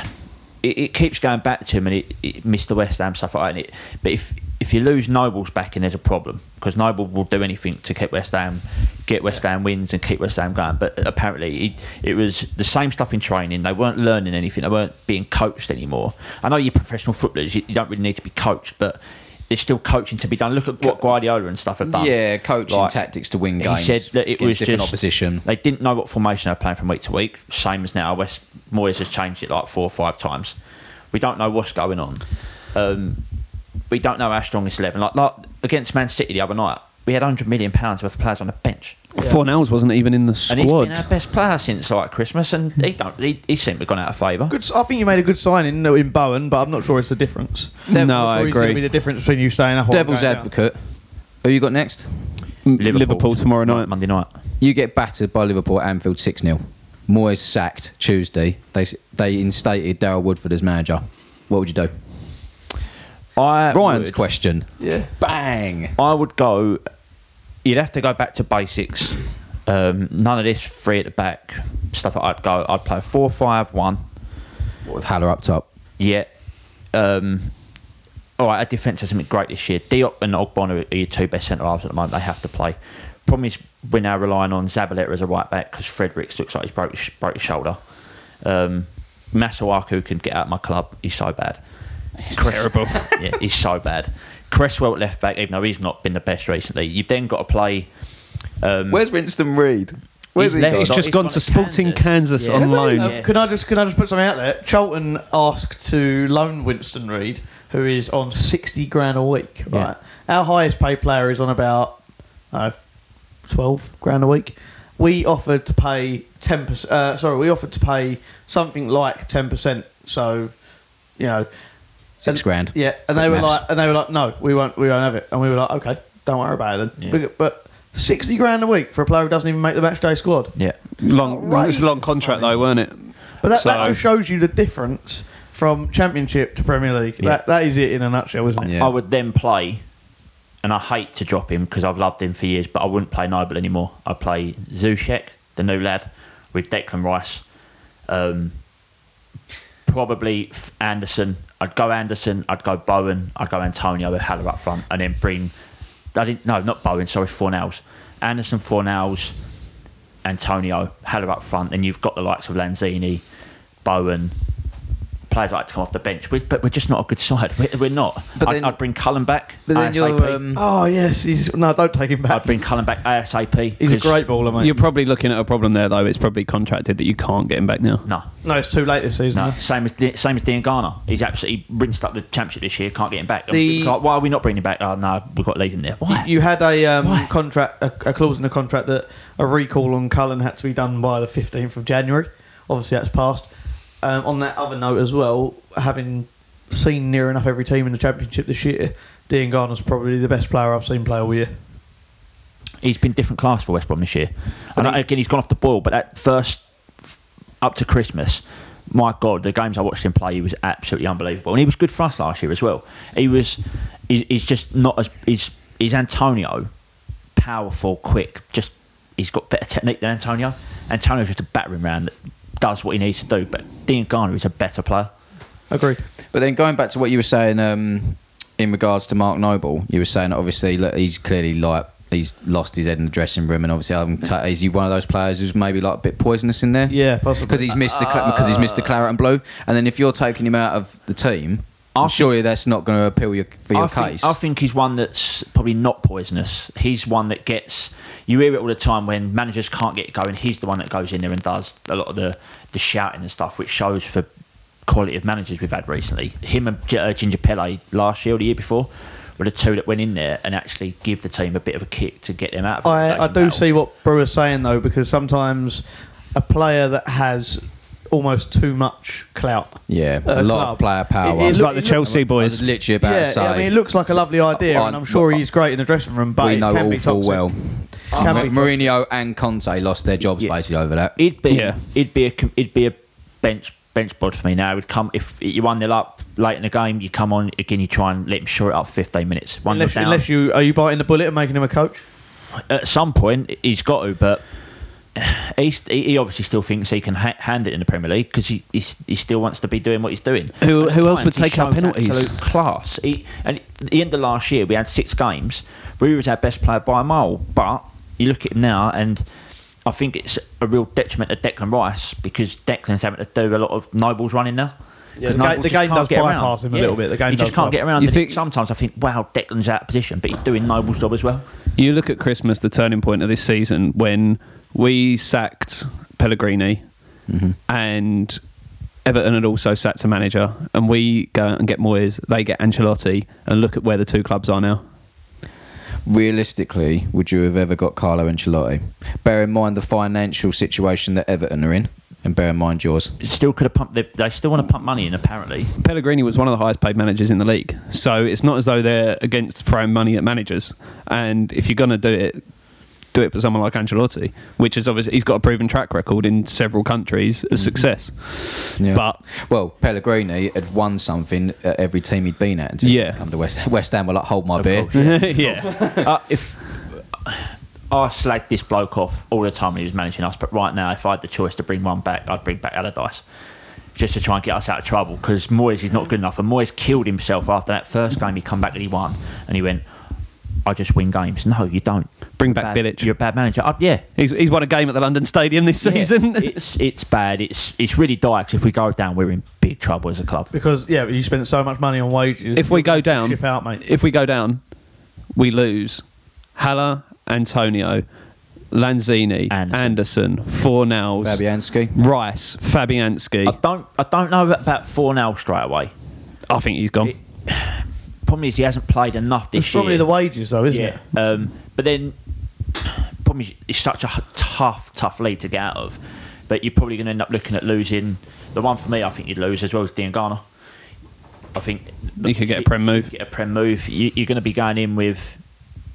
Speaker 2: it, it keeps going back to him, and it, it missed the West Ham stuff like that. And it, but if if you lose Noble's backing, there's a problem because Noble will do anything to keep West Ham, get West Ham wins, and keep West Ham going. But apparently, it, it was the same stuff in training. They weren't learning anything. They weren't being coached anymore. I know you're professional footballers; you, you don't really need to be coached, but. There's still coaching to be done. Look at what Guardiola and stuff have done.
Speaker 5: Yeah, coaching
Speaker 2: Like,
Speaker 5: tactics to win
Speaker 2: he
Speaker 5: games.
Speaker 2: said that it
Speaker 5: against
Speaker 2: was
Speaker 5: different
Speaker 2: just
Speaker 5: opposition.
Speaker 2: They didn't know what formation they were playing from week to week. Same as now. West Moyes has changed it like four or five times. We don't know what's going on. Um, we don't know our strongest eleven. Like, like against Man City the other night, we had hundred million pounds worth of players on the bench,
Speaker 6: Fornells wasn't even in the
Speaker 2: and he's been
Speaker 6: squad.
Speaker 2: our best player since like Christmas, and he don't. He, he's seemed to have gone out of favour.
Speaker 7: Good, s- I think you made a good signing no, in Bowen, but I'm not sure it's the difference.
Speaker 6: No,
Speaker 7: I'm not
Speaker 6: I
Speaker 7: sure It's going
Speaker 6: agree.
Speaker 7: to be the difference between you staying up. or
Speaker 5: Devil's
Speaker 7: going down.
Speaker 5: advocate. Who you got next?
Speaker 6: Liverpool, tomorrow night.
Speaker 2: Monday night.
Speaker 5: You get battered by Liverpool at Anfield 6 0. Moyes sacked Tuesday. They they instated Daryl Woodford as manager. What would you do?
Speaker 2: I
Speaker 5: Ryan's
Speaker 2: would-
Speaker 5: question.
Speaker 7: Yeah.
Speaker 5: Bang!
Speaker 2: I would go. You'd have to go back to basics. Um, none of this three at the back stuff. I'd go. I'd play four five one.
Speaker 5: With Haller up top.
Speaker 2: Yeah. Um, all right, our defence hasn't been great this year. Diop and Ogbon are are your two best centre halves at the moment. They have to play. Problem is, we're now relying on Zabaleta as a right back because Fredericks looks like he's broke his, broke his shoulder. Um, Masuaku can get out of my club. He's so bad. He's terrible. yeah, he's so bad. Cresswell at left back, even though he's not been the best recently. You've then got to play.
Speaker 5: Where's Winston Reed?
Speaker 2: Where's he
Speaker 6: He's just gone to Sporting Kansas on loan.
Speaker 7: Um, Can I just can I just put something out there? Charlton asked to loan Winston Reed, who is on sixty grand a week. Right, our highest paid player is on about uh, twelve grand a week. We offered to pay ten percent. Uh, sorry, we offered to pay something like ten percent. So, you know,
Speaker 5: Six
Speaker 7: and-
Speaker 5: grand.
Speaker 7: Yeah, and they
Speaker 5: Quick
Speaker 7: were
Speaker 5: maths.
Speaker 7: like, and they were like, no, we won't, we won't have it. And we were like, okay, don't worry about it then. But, but sixty grand a week for a player who doesn't even make the match day squad.
Speaker 2: Yeah.
Speaker 6: Long, It was a long contract though, weren't it?
Speaker 7: But that,
Speaker 6: So-
Speaker 7: that just shows you the difference from Championship to Premier League.
Speaker 2: Yeah.
Speaker 7: That, that is it in a nutshell, isn't it?
Speaker 5: Yeah.
Speaker 2: I would then play, and I hate to drop him because I've loved him for years, but I wouldn't play Noble anymore. I play Zushek, the new lad, with Declan Rice, um, probably F- Anderson. I'd go Anderson. I'd go Bowen. I'd go Antonio with Haller up front, and then bring. I didn't. No, not Bowen. Sorry, Fornells. Anderson, Fornells, Antonio, Haller up front, and you've got the likes of Lanzini, Bowen. Players like to come off the bench, we, but we're just not a good side. We're, we're not.
Speaker 5: But
Speaker 2: I'd,
Speaker 5: then-
Speaker 2: I'd bring Cullen back.
Speaker 5: But then
Speaker 2: ASAP.
Speaker 5: you're. Um,
Speaker 7: Oh yes, he's no, don't take him
Speaker 2: I'd
Speaker 7: back.
Speaker 2: bring Cullen back ASAP.
Speaker 7: He's a
Speaker 2: 'cause-
Speaker 7: great baller, mate.
Speaker 6: You're probably looking at a problem there though. It's probably contracted that you can't get him back now.
Speaker 2: No,
Speaker 7: no, it's too late this season.
Speaker 2: no. Same as Di- same as Dean Garner. He's absolutely rinsed up the championship this year. Can't get him back.
Speaker 7: The-
Speaker 2: It's like, why are we not bringing him back? Oh no, we've got to leave him there. Why?
Speaker 7: You, you had a
Speaker 2: Why?
Speaker 7: um, contract, a, a clause in the contract that a recall on Cullen had to be done by the 15th of January. Obviously, that's passed. Um, on that other note as well, having seen near enough every team in the Championship this year, Dean Garner's probably the best player I've seen play all year.
Speaker 2: he's been different class for West Brom this year. And again, he's gone off the ball, but that first up to Christmas, my God, the games I watched him play, he was absolutely unbelievable, and he was good for us last year as well. He was, he's, he's just not as he's he's Antonio, powerful, quick, just he's got better technique than Antonio. Antonio's just a battering ram that does what he needs to do, but Dean Garner is a better player.
Speaker 7: Agreed.
Speaker 5: But then going back to what you were saying um, in regards to Mark Noble, you were saying that obviously look, he's clearly like he's lost his head in the dressing room, and obviously um, ta- is he one of those players who's maybe like a bit poisonous in there?
Speaker 7: Yeah, possibly.
Speaker 5: because he's missed the cla- because he's missed the claret and blue, and then if you're taking him out of the team, I'm surely that's not going to appeal your, for your
Speaker 2: I
Speaker 5: case.
Speaker 2: Think, I think he's one that's probably not poisonous. He's one that gets. You hear it all the time when managers can't get it going. He's the one that goes in there and does a lot of the, the shouting and stuff, which shows for quality of managers we've had recently. Him and G- uh, Ginger Pele last year or the year before were the two that went in there and actually give the team a bit of a kick to get them out. of
Speaker 7: I, I
Speaker 2: relegation
Speaker 7: do
Speaker 2: battle.
Speaker 7: see what Brewer's saying though, because sometimes a player that has almost too much clout.
Speaker 5: Yeah,
Speaker 7: at
Speaker 5: a lot of player
Speaker 7: club.
Speaker 5: power.
Speaker 7: It- it
Speaker 6: It's
Speaker 7: look-
Speaker 6: like the
Speaker 7: it
Speaker 6: Chelsea
Speaker 5: I
Speaker 6: boys.
Speaker 5: was literally about to
Speaker 7: Yeah,
Speaker 5: say.
Speaker 7: I mean, it looks like a lovely idea,
Speaker 5: I-
Speaker 7: and I'm sure
Speaker 5: I-
Speaker 7: he's great in the dressing room, but
Speaker 5: we
Speaker 7: it
Speaker 5: know
Speaker 7: can be
Speaker 5: all full
Speaker 7: toxic.
Speaker 5: well.
Speaker 7: Can be
Speaker 5: Mourinho and Conte lost their jobs
Speaker 2: Yeah.
Speaker 5: basically over that.
Speaker 2: It'd be
Speaker 6: Yeah.
Speaker 2: it'd be a com- it'd be a bench bench bod for me now. It would come if you one nil up late in the game, you come on again, you try and let him shore it up fifteen minutes. One nil
Speaker 7: Unless,
Speaker 2: down.
Speaker 7: unless you are you biting the bullet and making him a coach?
Speaker 2: At some point, he's got to, but. He's, he he obviously still thinks he can ha- hand it in the Premier League because he, he s- he still wants to be doing what he's doing.
Speaker 6: Who-
Speaker 2: At
Speaker 6: who
Speaker 2: the
Speaker 6: else
Speaker 2: time,
Speaker 6: would
Speaker 2: he
Speaker 6: take our
Speaker 2: showed
Speaker 6: penalties?
Speaker 2: Absolute class. He, and at the end of last year, we had six games. Rui was our best player by a mile, but you look at him now, and I think it's a real detriment to Declan Rice because Declan's having to do a lot of Noble's running now.
Speaker 7: Yeah,
Speaker 2: 'Cause
Speaker 7: the ga-
Speaker 2: Noble
Speaker 7: the
Speaker 2: just
Speaker 7: game
Speaker 2: can't
Speaker 7: does
Speaker 2: get around.
Speaker 7: bypass him a little bit. The game
Speaker 2: he just
Speaker 7: does
Speaker 2: can't get
Speaker 7: bypass-
Speaker 2: around.
Speaker 6: You
Speaker 2: and
Speaker 6: think-
Speaker 2: sometimes I think, wow, Declan's out of position, but he's doing Noble's job as well.
Speaker 6: You look at Christmas, the turning point of this season, when we sacked Pellegrini and Everton had also sacked a manager, and we go out and get Moyes, they get Ancelotti, and look at where the two clubs are now.
Speaker 5: Realistically, would you have ever got Carlo Ancelotti? Bear in mind the financial situation that Everton are in, and bear in mind yours.
Speaker 2: Still could have pumped. They, they still want to pump money in, apparently.
Speaker 6: Pellegrini was one of the highest paid managers in the league, so it's not as though they're against throwing money at managers. And if you're going to do it, do it for someone like Ancelotti, which is obviously he's got a proven track record in several countries of success.
Speaker 5: Yeah.
Speaker 6: But
Speaker 5: Well, Pellegrini had won something at every team he'd been at until
Speaker 6: Yeah.
Speaker 5: he'd come to West Ham. West Ham were like, hold my beer.
Speaker 6: yeah,
Speaker 2: uh, if uh, I slagged this bloke off all the time when he was managing us, but right now, if I had the choice to bring one back, I'd bring back Allardyce just to try and get us out of trouble because Moyes is not good enough. And Moyes killed himself after that first game. He come back and he won, and he went, "I just win games." No, you don't.
Speaker 6: Bring
Speaker 2: You're
Speaker 6: back
Speaker 2: bad,
Speaker 6: Bilic.
Speaker 2: You're a bad manager. Uh, yeah,
Speaker 6: he's, he's won a game at the London Stadium this season.
Speaker 2: Yeah, it's it's bad. It's it's really dire 'cause if we go down, we're in big trouble as a club.
Speaker 7: Because yeah, you spent so much money on wages.
Speaker 6: if we go down,
Speaker 7: ship out, mate.
Speaker 6: if we go down, we lose Haller, Antonio, Lanzini,
Speaker 2: Anderson.
Speaker 6: Anderson, Fornals,
Speaker 5: Fabianski.
Speaker 6: Rice, Fabianski.
Speaker 2: I don't I don't know about four now straight away.
Speaker 6: I think he's gone.
Speaker 2: Problem is he hasn't played enough this
Speaker 7: It's probably
Speaker 2: year.
Speaker 7: the wages though, isn't it?
Speaker 2: yeah. Um, but then, problem is, it's such a h- tough, tough league to get out of. But you're probably going to end up looking at losing. The one for me, I think you'd lose as well as Dean Garner. I think
Speaker 6: You could get a prem move.
Speaker 2: Get a prem move. You, you're going to be going in with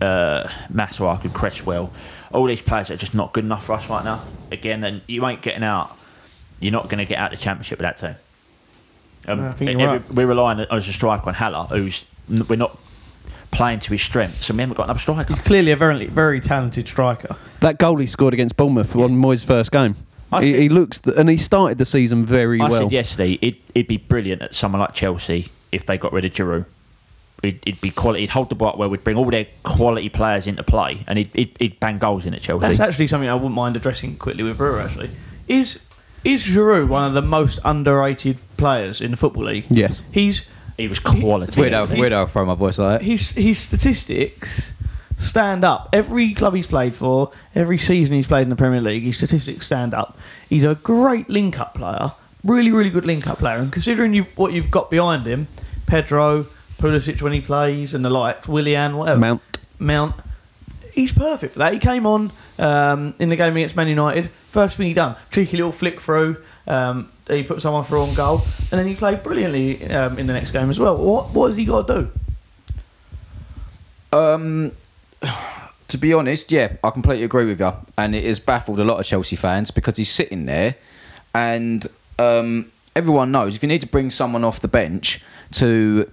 Speaker 2: uh, Masuak and Cresswell. All these players that are just not good enough for us right now. Again, and you ain't getting out. You're not going to get out of the championship with that team. Um,
Speaker 7: No, I think
Speaker 2: and
Speaker 7: you're
Speaker 2: every-
Speaker 7: right.
Speaker 2: We're relying as a striker on Haller, who's n- we're not playing to his strengths, and we haven't got another striker.
Speaker 7: He's clearly a very very talented striker.
Speaker 6: That goal he scored against Bournemouth on Moyes' first game.
Speaker 2: I
Speaker 6: He,
Speaker 2: said-
Speaker 6: he looks, th- and he started the season very
Speaker 2: I
Speaker 6: well.
Speaker 2: said yesterday it, it'd be brilliant at someone like Chelsea if they got rid of Giroud. It, it'd be quality. It'd hold the ball up well. We'd bring all their quality players into play, and it, it, it'd bang goals in at Chelsea.
Speaker 7: That's actually something I wouldn't mind addressing quickly with Brewer. Actually, is is Giroud one of the most underrated players in the football league?
Speaker 6: Yes.
Speaker 7: he's
Speaker 2: It was quality.
Speaker 5: Weird how, weird how I throw my voice like that.
Speaker 7: his his statistics stand up. Every club he's played for, every season he's played in the Premier League, his statistics stand up. He's a great link-up player, really, really good link-up player. And considering you what you've got behind him, Pedro, Pulisic when he plays, and the like, Willian, whatever,
Speaker 6: Mount.
Speaker 7: Mount, he's perfect for that. He came on um, in the game against Man United. First thing he done, cheeky little flick through. Um, he put someone through on goal, and then he played brilliantly um, in the next game as well. What what has he got to do?
Speaker 5: Um, to be honest, yeah, I completely agree with you. And it has baffled a lot of Chelsea fans because he's sitting there and um, everyone knows if you need to bring someone off the bench to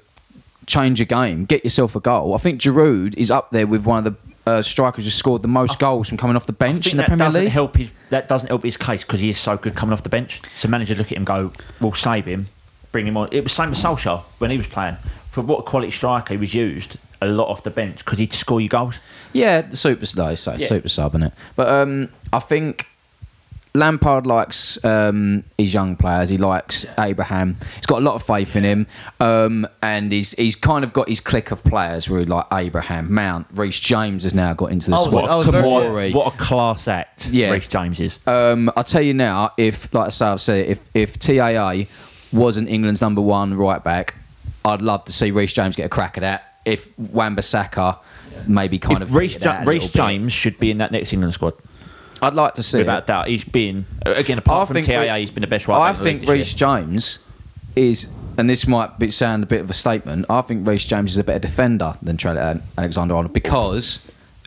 Speaker 5: change a game, get yourself a goal. I think Giroud is up there with one of the uh, strikers who scored the most goals from coming off the
Speaker 2: I
Speaker 5: bench
Speaker 2: think
Speaker 5: in the
Speaker 2: that
Speaker 5: Premier
Speaker 2: doesn't
Speaker 5: League.
Speaker 2: help his that doesn't help his case because he is so good coming off the bench. So managers look at him, go, "We'll save him, bring him on." It was same with Solskjaer when he was playing. For what a quality striker he was used a lot off the bench because he'd score you goals.
Speaker 5: Yeah, the superstar. So
Speaker 2: Yeah.
Speaker 5: super sub in it. But um, I think Lampard likes um, his young players. He likes Abraham. He's got a lot of faith in him, um, and he's he's kind of got his clique of players. Really like Abraham, Mount, Reece James has now got into the
Speaker 7: I was-
Speaker 5: squad.
Speaker 7: I was very-
Speaker 5: Tomori.
Speaker 2: What a class act,
Speaker 5: Yeah.
Speaker 2: Reece James is.
Speaker 5: Um, I'll tell you now, if like I say, I've said, it, if if TAA wasn't England's number one right back, I'd love to see Reece James get a crack at that. If Wan-Bissaka maybe kind
Speaker 2: if
Speaker 5: of
Speaker 2: Reece,
Speaker 5: fitted that
Speaker 2: Ja-
Speaker 5: a
Speaker 2: Reece
Speaker 5: little bit.
Speaker 2: James should be in that next England squad.
Speaker 5: I'd like to see.
Speaker 2: without
Speaker 5: it.
Speaker 2: doubt. He's been uh, again apart
Speaker 5: I
Speaker 2: from
Speaker 5: think
Speaker 2: TIA,
Speaker 5: Re-
Speaker 2: he's been the best wide.
Speaker 5: I
Speaker 2: back in the
Speaker 5: think
Speaker 2: league this
Speaker 5: Reece
Speaker 2: year.
Speaker 5: James is, and this might be, sound a bit of a statement. I think Reece James is a better defender than Trent Alexander Arnold because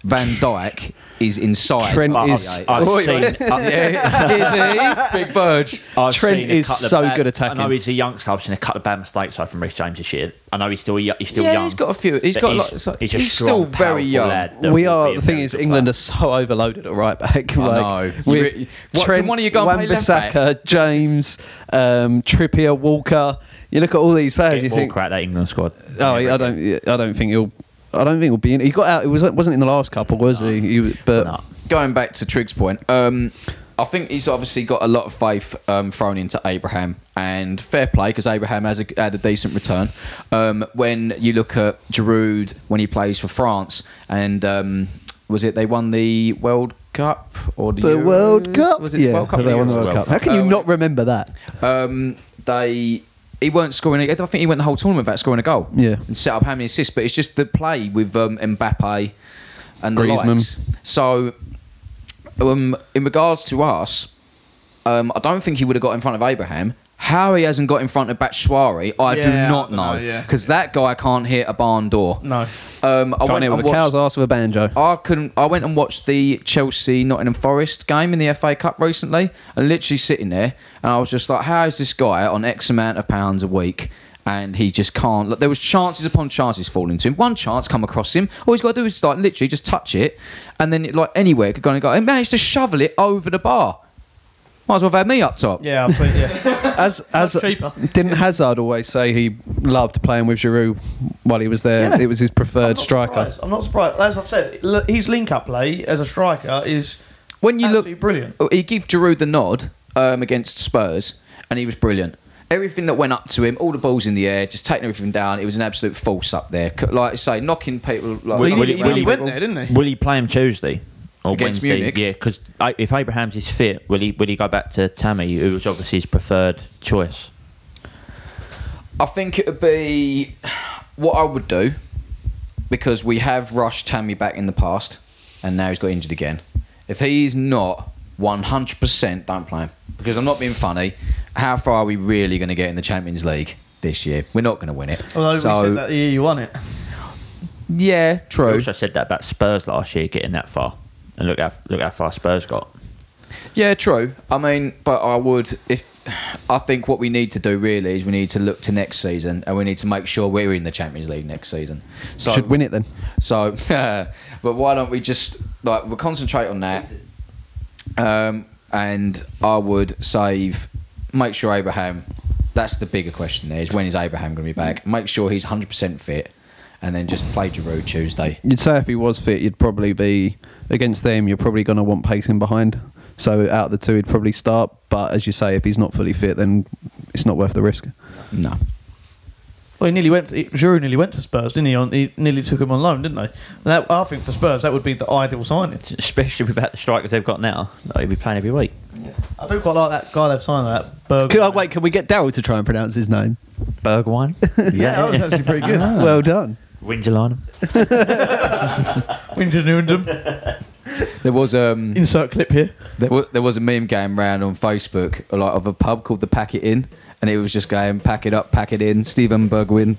Speaker 5: Van Dijk is inside.
Speaker 6: Trent
Speaker 5: of
Speaker 6: is-
Speaker 5: 38.
Speaker 2: I've
Speaker 6: Oh,
Speaker 2: seen. I-
Speaker 5: yeah, is he? Big Burge.
Speaker 2: I've
Speaker 6: Trent
Speaker 2: seen a
Speaker 6: is
Speaker 2: couple of
Speaker 6: so
Speaker 2: bad-
Speaker 6: good attacking.
Speaker 2: I know he's a youngster. I've seen a couple of bad mistakes like from Reece James this year. I know he's still yo- he's still
Speaker 5: Yeah,
Speaker 2: young.
Speaker 5: he's got a few- he's
Speaker 2: but
Speaker 5: got a lot- so-
Speaker 2: a
Speaker 5: he's still very
Speaker 2: powerful
Speaker 5: young.
Speaker 2: lad that will
Speaker 6: We
Speaker 2: be
Speaker 6: are.
Speaker 2: a
Speaker 6: The
Speaker 2: very
Speaker 6: thing is,
Speaker 2: good
Speaker 6: England
Speaker 2: player.
Speaker 6: are so overloaded at right back.
Speaker 5: I
Speaker 6: like,
Speaker 5: know. You
Speaker 6: with
Speaker 5: re- what-
Speaker 6: Trent,
Speaker 5: can one of you go and play left back?
Speaker 6: Wan-Bissaka, James, um, Trippier, Walker. You look at all these players.
Speaker 2: Get
Speaker 6: you think,
Speaker 2: Walker out that England squad.
Speaker 6: oh, I don't. yeah, I don't think he'll. I don't think he'll be in. He got out. It was wasn't in the last couple, was he? he was- but
Speaker 2: No.
Speaker 5: Going back to Triggs' point, um, I think he's obviously got a lot of faith um, thrown into Abraham, and fair play because Abraham has a, had a decent return. Um, when you look at Giroud when he plays for France, and um, was it they won the World Cup or the,
Speaker 6: the
Speaker 5: Euros?
Speaker 6: World Cup.
Speaker 5: Was it the
Speaker 6: Yeah,
Speaker 5: World Cup? or
Speaker 6: they won the
Speaker 5: Euros?
Speaker 6: World Cup. How can you
Speaker 5: Uh,
Speaker 6: not remember that?
Speaker 5: um, they he weren't scoring. I think he went the whole tournament without scoring a goal.
Speaker 6: Yeah.
Speaker 5: and set up how many assists. But it's just the play with um, Mbappe and the
Speaker 6: Griezmann.
Speaker 5: likes. So, um, in regards to us, um, I don't think he would have got in front of Abraham. How he hasn't got in front of Batshuayi, I do
Speaker 7: Yeah, I
Speaker 5: not
Speaker 7: don't
Speaker 5: know.
Speaker 7: know, yeah.
Speaker 5: Because that guy can't hit a barn door.
Speaker 7: No.
Speaker 5: Um, I
Speaker 6: Can't
Speaker 5: went
Speaker 6: hear
Speaker 5: and
Speaker 6: with
Speaker 5: watched
Speaker 6: a
Speaker 5: Oh,
Speaker 6: cow's ass with a banjo.
Speaker 5: I couldn't. I went and watched the Chelsea Nottingham Forest game in the FA Cup recently, and literally sitting there, and I was just like, "How is this guy on X amount of pounds a week?" And he just can't. Like, there was chances upon chances falling to him. One chance come across him. All he's got to do is like literally just touch it, and then it, like anywhere could go and go. And managed to shovel it over the bar. Might as well have had me up top.
Speaker 7: Yeah, I'll put, yeah.
Speaker 6: As as
Speaker 7: That's cheaper.
Speaker 6: didn't Hazard always say he loved playing with Giroud while he was there? It was his preferred striker.
Speaker 7: Surprised. I'm not surprised. As I've said, l- his link-up play as a striker is
Speaker 5: When you
Speaker 7: absolutely
Speaker 5: look,
Speaker 7: brilliant.
Speaker 5: Oh, He gave Giroud the nod um, against Spurs, and he was brilliant. Everything that went up to him, all the balls in the air, just taking everything down. It was an absolute force up there. C- Like I say, knocking people. Like,
Speaker 2: Will-
Speaker 5: knocking
Speaker 2: will he-
Speaker 5: around
Speaker 2: will he
Speaker 7: went
Speaker 5: people.
Speaker 7: there, didn't he?
Speaker 2: Will he play him Tuesday or
Speaker 5: Against
Speaker 2: Wednesday?
Speaker 5: Munich?
Speaker 2: Yeah, because if Abraham's is fit, will he will he go back to Tammy, who was obviously his preferred choice?
Speaker 5: I think it would be what I would do because we have rushed Tammy back in the past, and now he's got injured again. If he's not 100%, don't play him because I'm not being funny. How far are we really going to get in the Champions League this year? We're not going to win it.
Speaker 7: Although
Speaker 5: so
Speaker 7: we said that the year you won it.
Speaker 5: yeah,
Speaker 2: I
Speaker 5: true.
Speaker 2: also said that about Spurs last year getting that far, and look how look how far Spurs got.
Speaker 5: Yeah, true. I mean, but I would if I think what we need to do really is we need to look to next season and we need to make sure we're in the Champions League next season. So
Speaker 6: Should win it then.
Speaker 5: So, but why don't we just like we'll concentrate on that, um, and I would save, make sure Abraham. That's the bigger question. There is when is Abraham going to be back? Make sure he's hundred percent fit, and then just play Giroud Tuesday.
Speaker 6: You'd say if he was fit, you'd probably be against them. You're probably going to want pacing behind. So out of the two, he'd probably start. But as you say, if he's not fully fit, then it's not worth the risk.
Speaker 5: No.
Speaker 7: Well, he nearly went. To, he- Giroud nearly went to Spurs, didn't he? On, he nearly took him on loan, didn't they? That, I think for Spurs, that would be the ideal signing.
Speaker 2: Especially without the strikers they've got now, like he'll be playing every week.
Speaker 7: I do quite like that guy they've signed, that Berg.
Speaker 6: Can, oh, wait, can we get Daryl to try and pronounce his name? Ah.
Speaker 2: Bergwijn,
Speaker 7: Yeah, that was actually pretty good.
Speaker 6: Well done.
Speaker 2: Wingeline,
Speaker 7: Winter Newendam.
Speaker 5: There was um
Speaker 7: Insert clip here.
Speaker 5: There was, there was a meme going round on Facebook like, of a pub called the Pack It In, and it was just going pack it up, pack it in. Stephen Bergwin.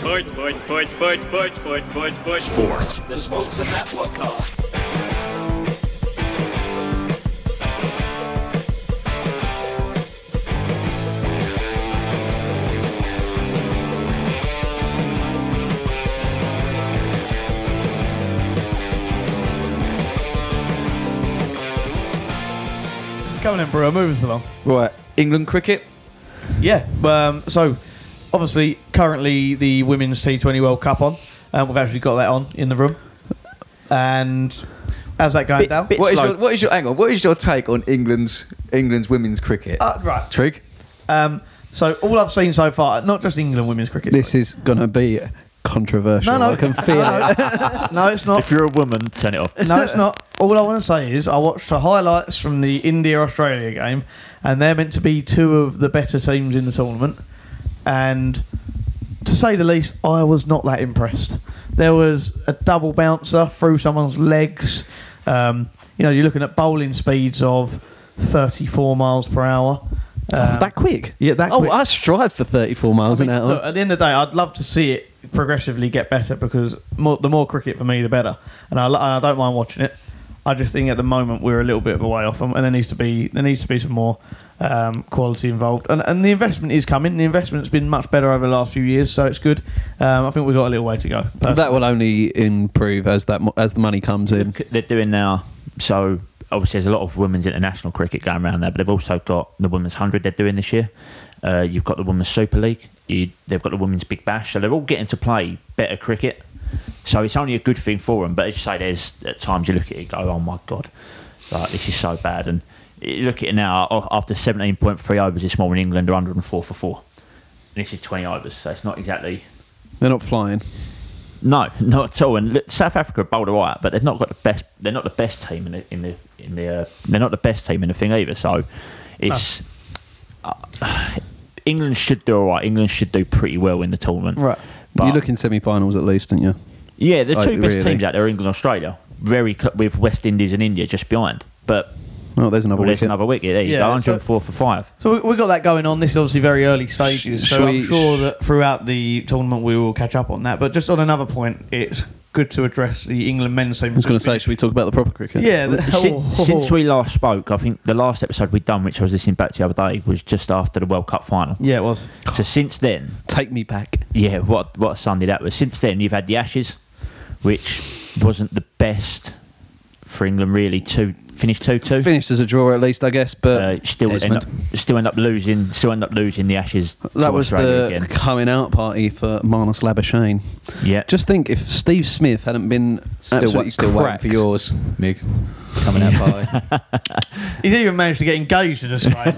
Speaker 1: Sports, sports, sports, sports, sports, sports, sports, sports. Sports. The Smokes and That Podcast.
Speaker 7: Come on, in, Brewer. Move us along.
Speaker 5: right, England cricket.
Speaker 7: Yeah. Um, so, obviously, currently the Women's T20 World Cup on. Um, we've actually got that on in the room. And how's that going,
Speaker 2: Bit-
Speaker 7: Dal?
Speaker 2: bit-
Speaker 5: What is
Speaker 2: slow.
Speaker 5: your what is your hang on? What is your take on England's England's women's cricket?
Speaker 7: Uh, right.
Speaker 5: Trig.
Speaker 7: Um, so, all I've seen so far, not just England women's cricket.
Speaker 6: This is going to be controversial.
Speaker 7: No, no.
Speaker 6: I can feel it.
Speaker 7: no, it's
Speaker 5: Oh.
Speaker 7: not.
Speaker 2: If you're a woman, turn it off.
Speaker 7: No, it's not. All I want to say is I watched the highlights from the India Australia game, and they're meant to be two of the better teams in the tournament. And to say the least, I was not that impressed. There was a double bouncer through someone's legs. Um, You know, you're looking at bowling speeds of 34 miles per hour. Um,
Speaker 8: that quick?
Speaker 7: yeah, that
Speaker 6: uh, Oh,
Speaker 7: quick.
Speaker 6: I strive for 34 miles
Speaker 7: I mean,
Speaker 6: an hour.
Speaker 7: look, at the end of the day, I'd love to see it progressively get better because more, the more cricket for me, the better. And I, li- I don't mind watching it. I just think at the moment we're a little bit of a way off, and and there needs to be there needs to be some more um, quality involved. And, and the investment is coming. The investment's been much better over the last few years, so it's good. Um, I think we've got a little way to go.
Speaker 6: uh, that will only improve as that mo- as the money comes in.
Speaker 2: they're doing now. So obviously, there's a lot of women's international cricket going around there, but they've also got the women's hundred they're doing this year. Uh, you've got the women's Super League. You, they've got the women's Big Bash. So they're all getting to play better cricket. So it's only a good thing for them. But as you say, there's at times you look at it, and go, oh my god, like this is so bad. And you look at it now a- after 17.3 overs this morning, England are 104 for four. And this is 20 overs, so it's not exactly
Speaker 6: They're not flying.
Speaker 2: no, not at all. And look, South Africa bowled all right, but they've not got the best. They're not the best team in the in the in the. Uh, they're not the best team in the thing either. So, it's uh, England should do all right. England should do pretty well in the tournament.
Speaker 7: Right.
Speaker 2: But
Speaker 6: you look in semi-finals at least, don't you?
Speaker 2: yeah, the two
Speaker 7: Oh,
Speaker 6: like,
Speaker 2: best
Speaker 6: really.
Speaker 2: teams out there, are England, and Australia, very cl- with West Indies and India just behind. But
Speaker 6: Oh, there's another
Speaker 2: well, there's
Speaker 6: wicket.
Speaker 2: another wicket. There you
Speaker 7: Yeah,
Speaker 2: go,
Speaker 7: so-
Speaker 2: 104 for five.
Speaker 7: So we- we've got that going on. This is obviously very early stages,
Speaker 6: Sh-
Speaker 7: so I'm
Speaker 6: sh-
Speaker 7: sure that throughout the tournament we will catch up on that. But just on another point, it's good to address the England men's team.
Speaker 6: I was going to say, should we talk about the proper cricket?
Speaker 7: yeah, the-
Speaker 2: since,
Speaker 7: oh.
Speaker 2: since we last spoke, I think the last episode we done, which I was listening back to the other day, was just after the World Cup final.
Speaker 7: yeah, it was.
Speaker 2: So since then,
Speaker 6: Take me back.
Speaker 2: yeah, what what a Sunday that was. Since then, you've had the Ashes, which wasn't the best for England really. Two finished two two.
Speaker 6: Finished as a draw at least, I guess, but
Speaker 2: Uh, still end up,
Speaker 5: Desmond.
Speaker 2: still end up losing. Still end up losing the Ashes. to
Speaker 6: that was the
Speaker 2: Australia again.
Speaker 6: coming out party for Marnus Labuschagne.
Speaker 2: yeah.
Speaker 6: Just think if Steve Smith hadn't been
Speaker 5: Still,
Speaker 6: absolutely
Speaker 5: wa- still waiting
Speaker 6: cracked,
Speaker 5: for yours, Mig. Coming out by.
Speaker 7: He's even managed to get engaged to disguise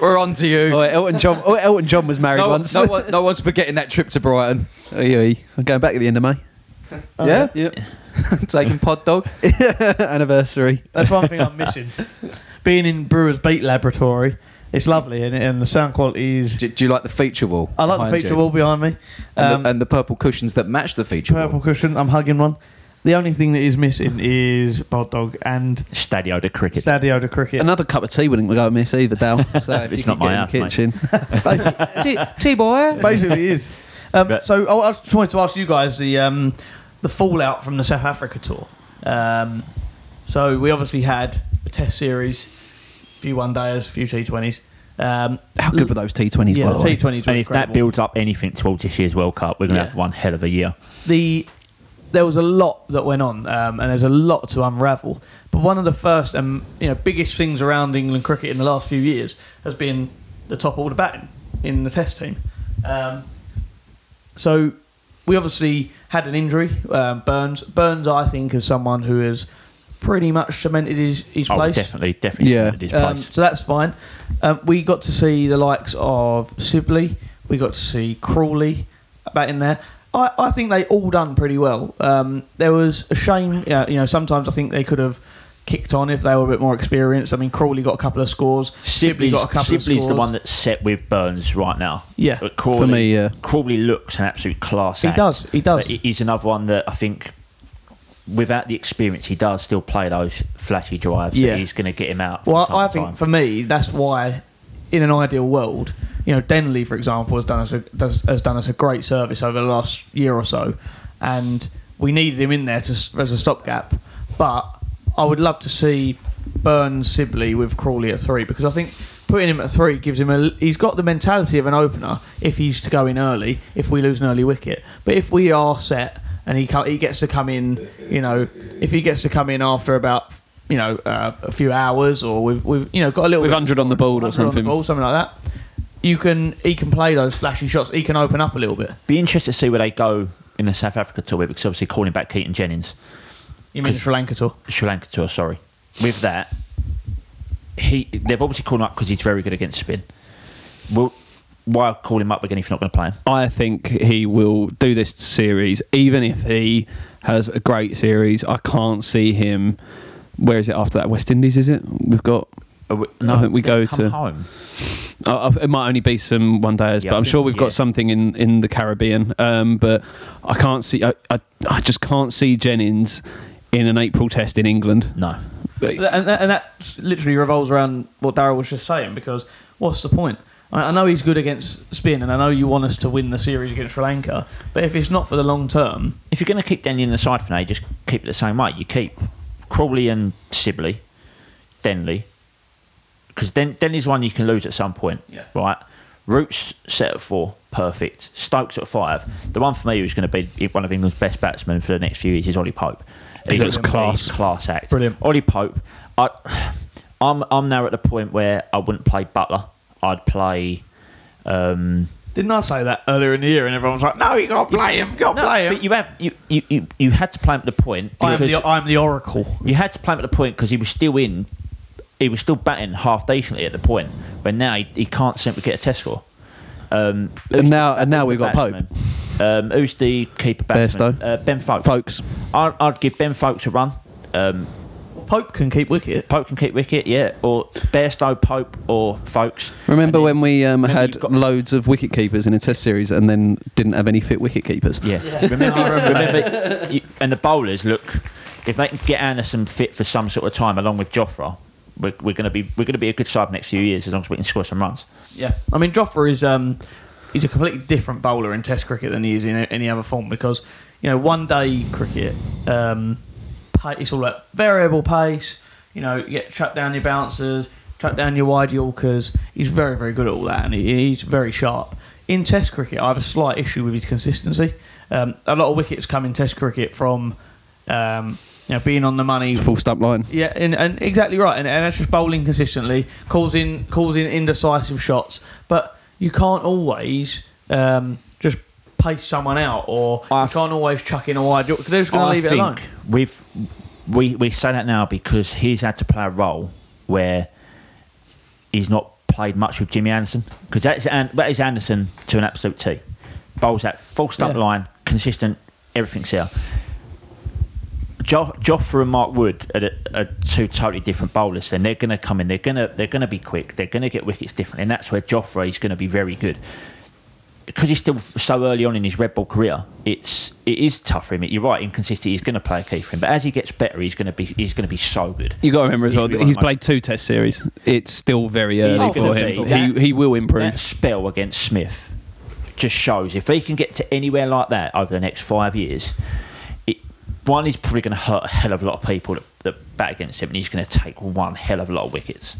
Speaker 5: We're on to you.
Speaker 6: Oh, Elton John. Oh, Elton John was married
Speaker 5: no,
Speaker 6: once.
Speaker 5: no, one, no one's forgetting that trip to Brighton.
Speaker 6: Oi, oi. I'm going back at the end of May.
Speaker 5: yeah?
Speaker 7: Yep.
Speaker 5: Taking pod dog.
Speaker 6: Anniversary.
Speaker 7: That's one thing I'm missing. Being in Brewer's Beat Laboratory, it's lovely, and, and the sound quality is.
Speaker 5: Do, do you like the feature wall?
Speaker 7: I like the
Speaker 5: behind
Speaker 7: feature
Speaker 5: you?
Speaker 7: wall behind me.
Speaker 5: And,
Speaker 7: Um,
Speaker 5: the, and the purple cushions that match the feature
Speaker 7: purple
Speaker 5: wall.
Speaker 7: cushion. I'm hugging one. The only thing that is missing is Bod Dog and
Speaker 2: Stadio de cricket.
Speaker 7: Stadio de Cricket.
Speaker 6: Another cup of tea wouldn't go miss either, Dal. So if
Speaker 2: It's
Speaker 6: you could
Speaker 2: not my
Speaker 6: get
Speaker 2: house,
Speaker 6: in the
Speaker 2: mate.
Speaker 6: kitchen.
Speaker 5: T boy.
Speaker 7: Basically, it is. Um,
Speaker 2: But-
Speaker 7: so I I just wanted to ask you guys the um, the fallout from the South Africa tour. Um, so we obviously had a test series, few one days, few T20s. Um,
Speaker 6: How good were those T20s,
Speaker 7: yeah,
Speaker 6: by
Speaker 7: the
Speaker 6: the way?
Speaker 7: T20s. Were
Speaker 2: and if
Speaker 7: incredible.
Speaker 2: that builds up anything towards this year's World Cup, we're gonna
Speaker 7: Yeah.
Speaker 2: have one hell of a year.
Speaker 7: the there was a lot that went on, um, and there's a lot to unravel. But one of the first and you know biggest things around England cricket in the last few years has been the top order batting in the Test team. Um, so we obviously had an injury, um, Burns. Burns, I think, is someone who has pretty much cemented his, his
Speaker 2: Oh,
Speaker 7: place.
Speaker 2: definitely, definitely.
Speaker 6: Yeah.
Speaker 2: cemented his
Speaker 7: Um,
Speaker 2: place.
Speaker 7: so that's fine. Um, we got to see the likes of Sibley. We got to see Crawley back in there. I, I think they all done pretty well. Um, there was a shame, uh, you know. Sometimes I think they could have kicked on if they were a bit more experienced. I mean, Crawley got a couple of scores. Sibley
Speaker 2: Sibley's,
Speaker 7: got a couple
Speaker 2: Sibley's
Speaker 7: of scores.
Speaker 2: the one that's set with Burns right now.
Speaker 7: Yeah.
Speaker 2: But Crawley,
Speaker 6: For me, yeah.
Speaker 2: Crawley looks an absolute class.
Speaker 7: He
Speaker 2: act.
Speaker 7: does, he does.
Speaker 2: But he's another one that I think, without the experience, he does still play those flashy drives.
Speaker 7: Yeah.
Speaker 2: Yeah. he's going to get him out.
Speaker 7: Well,
Speaker 2: from
Speaker 7: I
Speaker 2: time to
Speaker 7: think
Speaker 2: time.
Speaker 7: for me, that's why, in an ideal world, you know, Denley, for example, has done us a, does, has done us a great service over the last year or so, and we needed him in there to, s- as a stopgap. But I would love to see Burns Sibley with Crawley at three because I think putting him at three gives him a l- he's got the mentality of an opener if he's to go in early if we lose an early wicket. But if we are set and he co- he gets to come in, you know, if he gets to come in after about you know uh, a few hours or we've we've you know got a little
Speaker 6: With
Speaker 7: bit-
Speaker 6: 100 on the board or
Speaker 7: 100 on the
Speaker 6: something.
Speaker 7: ball, something like that. You can he can play those flashy shots. He can open up a little bit.
Speaker 2: be interested to see where they go in the South Africa tour with, because obviously calling back Keaton Jennings,
Speaker 7: You mean the Sri Lanka tour?
Speaker 2: Sri Lanka tour. Sorry, with that, he they've obviously called him up because he's very good against spin. Well, why call him up again if you're not going to play him?
Speaker 6: I think he will do this series, even if he has a great series. I can't see him. Where is it after that? West Indies, is it? We've got.
Speaker 2: Uh, w-
Speaker 6: I think we
Speaker 2: they'll
Speaker 6: go
Speaker 2: come
Speaker 6: to-
Speaker 2: home.
Speaker 6: I- I- it might only be some one days,
Speaker 2: Yeah, I
Speaker 6: but I'm
Speaker 2: think-
Speaker 6: sure we've
Speaker 2: yeah.
Speaker 6: got something in, in the Caribbean. Um, but I can't see. I, I I just can't see Jennings in an April test in England.
Speaker 2: No.
Speaker 6: But-
Speaker 7: Th- and, that- and that literally revolves around what Darrell was just saying because what's the point? I, I know he's good against spin, and I know you want us to win the series against Sri Lanka, but if it's not for the long term,
Speaker 2: If you're going to keep Denny in the side for now, you just keep it the same way. You keep Crawley and Sibley, Denley, because Den- Denley's one you can lose at some point,
Speaker 7: Yeah.
Speaker 2: right? Roots set at four, perfect. Stokes at five. The one for me who's going to be one of England's best batsmen for the next few years is Ollie Pope. He's
Speaker 6: looks
Speaker 2: a- he's
Speaker 6: class.
Speaker 2: a class act.
Speaker 7: Brilliant.
Speaker 2: Ollie Pope. I, I'm I'm now at the point where I wouldn't play Butler. I'd play. Um,
Speaker 7: didn't I say that earlier in the year? And everyone's like, "No, you got to play him, you got to
Speaker 2: no,
Speaker 7: play him."
Speaker 2: but you have you, you, you, you had to play him at the point.
Speaker 7: I am
Speaker 2: because-
Speaker 7: the I'm the oracle.
Speaker 2: you had to play him at the point because he was still in, he was still batting half decently at the point, but now he, he can't simply get a test score. Um, who's
Speaker 6: And now- and now
Speaker 2: who's
Speaker 6: we've
Speaker 2: the
Speaker 6: got Pope.
Speaker 2: batsman? Um, who's the keeper batsman?
Speaker 6: Bairstow.
Speaker 2: Uh, ben Folks.
Speaker 6: Folks.
Speaker 2: I, I'd give Ben Folks a run. Um,
Speaker 7: Pope can keep wicket.
Speaker 2: Pope can keep wicket, yeah, or Bairstow, Pope, or Folks.
Speaker 6: Remember
Speaker 2: And then-
Speaker 6: when we um,
Speaker 2: remember
Speaker 6: had
Speaker 2: you've got-
Speaker 6: loads of wicket keepers in a test series and then didn't have any fit wicket keepers?
Speaker 2: Yeah. Remember, remember you, and the bowlers look if they can get Anderson fit for some sort of time along with Jofra, we're, we're going to be we're going to be a good side next few years as long as we can score some runs.
Speaker 7: Yeah, I mean Jofra is um, he's a completely different bowler in Test cricket than he is in a- any other form because you know one day cricket, um, pa it's all about variable pace. You know, you get shut down your bouncers, shut down your wide yorkers. He's very very good at all that, and he, he's very sharp. In Test cricket, I have a slight issue with his consistency. Um, a lot of wickets come in Test cricket from um, you know being on the money,
Speaker 6: Full stump line.
Speaker 7: yeah, and, and exactly right, and, and that's just bowling consistently, causing causing indecisive shots. But you can't always um, just pace someone out, or
Speaker 2: I
Speaker 7: you
Speaker 2: f-
Speaker 7: can't always chuck in a wide. They're just going to leave it alone.
Speaker 2: We've we we say that now because he's had to play a role where he's not played much with Jimmy Anderson because that's An- that is Anderson to an absolute T. Bowls that full stump
Speaker 7: Yeah.
Speaker 2: line, consistent, everything's there. Jo- Joffre and Mark Wood are, the- are two totally different bowlers. Then they're going to come in. They're going to they're going to be quick. They're going to get wickets differently, and that's where Joffre is going to be very good because he's still so early on in his Red Bull career, it's it is tough for him. You're right, inconsistent. He's going to play a key for him, but as he gets better, he's going to be he's going to be so good.
Speaker 6: You got to remember as
Speaker 2: He's
Speaker 6: well.
Speaker 2: gonna
Speaker 6: that
Speaker 2: be
Speaker 6: He's
Speaker 2: one
Speaker 6: played two test series. It's still very
Speaker 2: He's
Speaker 6: early
Speaker 2: gonna
Speaker 6: for him.
Speaker 2: be- that-
Speaker 6: he he will
Speaker 2: of my-
Speaker 6: improve.
Speaker 2: That spell against Smith just shows if he can get to anywhere like that over the next five years, it one is probably going to hurt a hell of a lot of people that, that bat against him, and he's going to take one hell of a lot of wickets.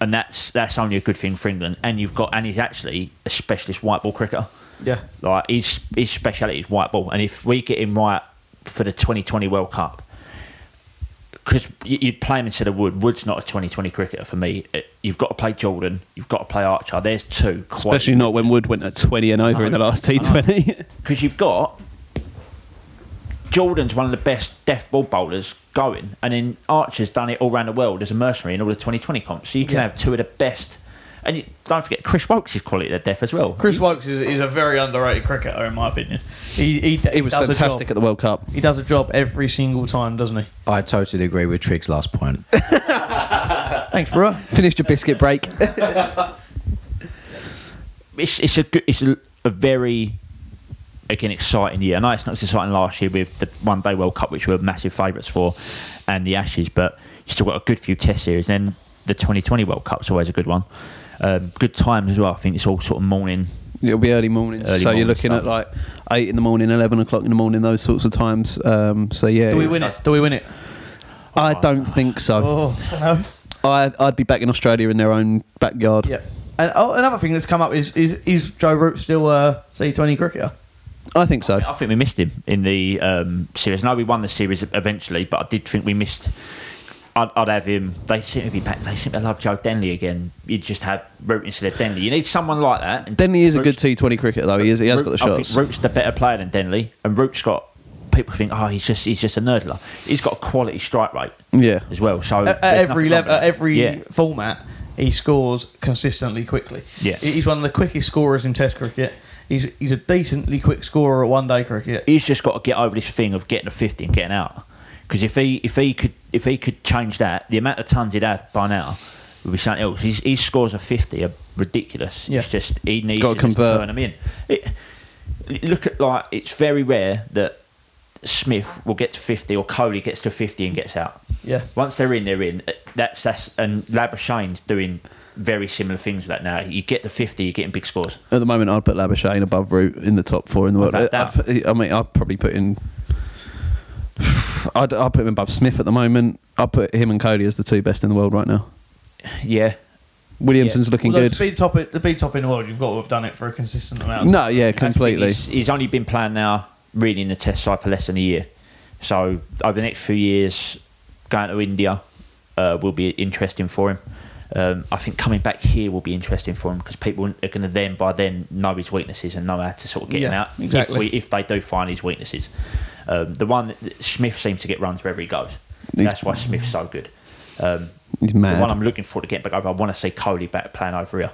Speaker 2: And that's that's only a good thing for England. And you've got and he's actually a specialist white ball cricketer.
Speaker 7: Yeah.
Speaker 2: Like his his speciality is white ball, and if we get him right for the 2020 World Cup, because you'd play him instead of Wood. Wood's not a 2020 cricketer for me. Uh, You've got to play Jordan. You've got to play Archer. There's two,
Speaker 6: Especially not when Wood went at 20 and over in the last T20.
Speaker 2: because you've got Jordan's one of the best death ball bowlers going, and then Archer's done it all around the world as a mercenary in all the 2020 comps. So you can
Speaker 7: Yeah.
Speaker 2: have two of the best, and you, don't forget Chris Wokes' quality at death as well.
Speaker 7: Chris Wokes is, is a very underrated cricketer, in my opinion. He he,
Speaker 6: he was
Speaker 7: does
Speaker 6: fantastic at
Speaker 7: A job.
Speaker 6: the World Cup.
Speaker 7: He does a job every single time, doesn't he?
Speaker 3: I totally agree with Trig's last point.
Speaker 7: Thanks, bro.
Speaker 6: Finished your biscuit break.
Speaker 2: it's it's a good, it's a, a very again exciting year. I know it's not as exciting last year with the One Day World Cup, which we were massive favourites for, and the Ashes, but you still got a good few Test series. Then the 2020 World Cup's always a good one. Um, good times as well. I think it's all sort of morning.
Speaker 6: It'll be early morning.
Speaker 2: Early
Speaker 6: so
Speaker 2: morning
Speaker 6: you're looking
Speaker 2: stuff.
Speaker 6: at like 8 in the morning, 11 o'clock in the morning, those sorts of times. Um, so yeah.
Speaker 7: Do we win it? Do we win it?
Speaker 6: I don't think so.
Speaker 7: Oh no.
Speaker 6: I, I'd be back in Australia in their own backyard.
Speaker 7: Yeah. And oh, another thing that's come up is is, is Joe Root still a C20 cricketer?
Speaker 6: I think so.
Speaker 2: I think we missed him in the um, series. No, we won the series eventually, but I did think we missed. I'd, I'd have him. They seem to be back. They seem to love Joe Denley again. You'd just have Root instead of Denley. You need someone like that. and
Speaker 6: Denley is a
Speaker 2: Root's
Speaker 6: good T20 cricketer though. He, is, he has got the
Speaker 2: I
Speaker 6: shots.
Speaker 2: think Root's the better player than Denley, and Root's got people think, oh, he's just he's just a nerdler. He's got a quality strike rate
Speaker 6: Yeah.
Speaker 2: as well. So
Speaker 7: at, at
Speaker 2: there's
Speaker 7: every
Speaker 2: nothing
Speaker 7: level,
Speaker 2: wrong with
Speaker 7: at
Speaker 2: that.
Speaker 7: every
Speaker 2: yeah.
Speaker 7: format, he scores consistently quickly.
Speaker 2: Yeah.
Speaker 7: He- he's one of the quickest scorers in Test cricket. He's he's a decently quick scorer at one day cricket.
Speaker 2: he's just got to get over this thing of getting a fifty and getting out. Because if he if he could if he could change that, the amount of tons he'd have by now would be something else. His, his scores of fifty are ridiculous.
Speaker 7: Yeah.
Speaker 2: It's just he needs
Speaker 6: Gotta
Speaker 2: to just
Speaker 6: convert.
Speaker 2: turn them in. It, look at like it's very rare that Smith will get to 50 or Coley gets to 50 and gets out.
Speaker 7: Yeah.
Speaker 2: Once they're in, they're in. Uh, That's that's and Labrashane's doing very similar things with that now. You get the 50, you're getting big scores.
Speaker 6: At the moment, I'd put Labashane above Root in the top four in the world.
Speaker 2: Without
Speaker 6: I'd
Speaker 2: doubt.
Speaker 6: put- I mean, I'd probably put in. I'd, I'd put him above Smith at the moment. I'd put him and Cody as the two best in the world right now. uh,
Speaker 2: Yeah.
Speaker 6: Williamson's looking
Speaker 7: Although
Speaker 6: good.
Speaker 7: To be top, to be top in the world, you've got to have done it for a consistent amount. of
Speaker 6: No, yeah,
Speaker 2: I think
Speaker 6: completely.
Speaker 2: He's, he's only been playing now, really, in the test side for less than a year. So over the next few years, going to India uh, will be interesting for him. Um, I think coming back here will be interesting for him because people are going to then, by then, know his weaknesses and know how to sort of get him
Speaker 6: Yeah,
Speaker 2: out
Speaker 6: exactly.
Speaker 2: if, we, if they do find his weaknesses. Um, the one that Smith seems to get runs wherever he goes.
Speaker 6: He's-
Speaker 2: That's why Smith's so good. Um,
Speaker 6: He's
Speaker 2: the one
Speaker 6: mad.
Speaker 2: I'm looking forward to getting back over, I want to see Coley back playing over here.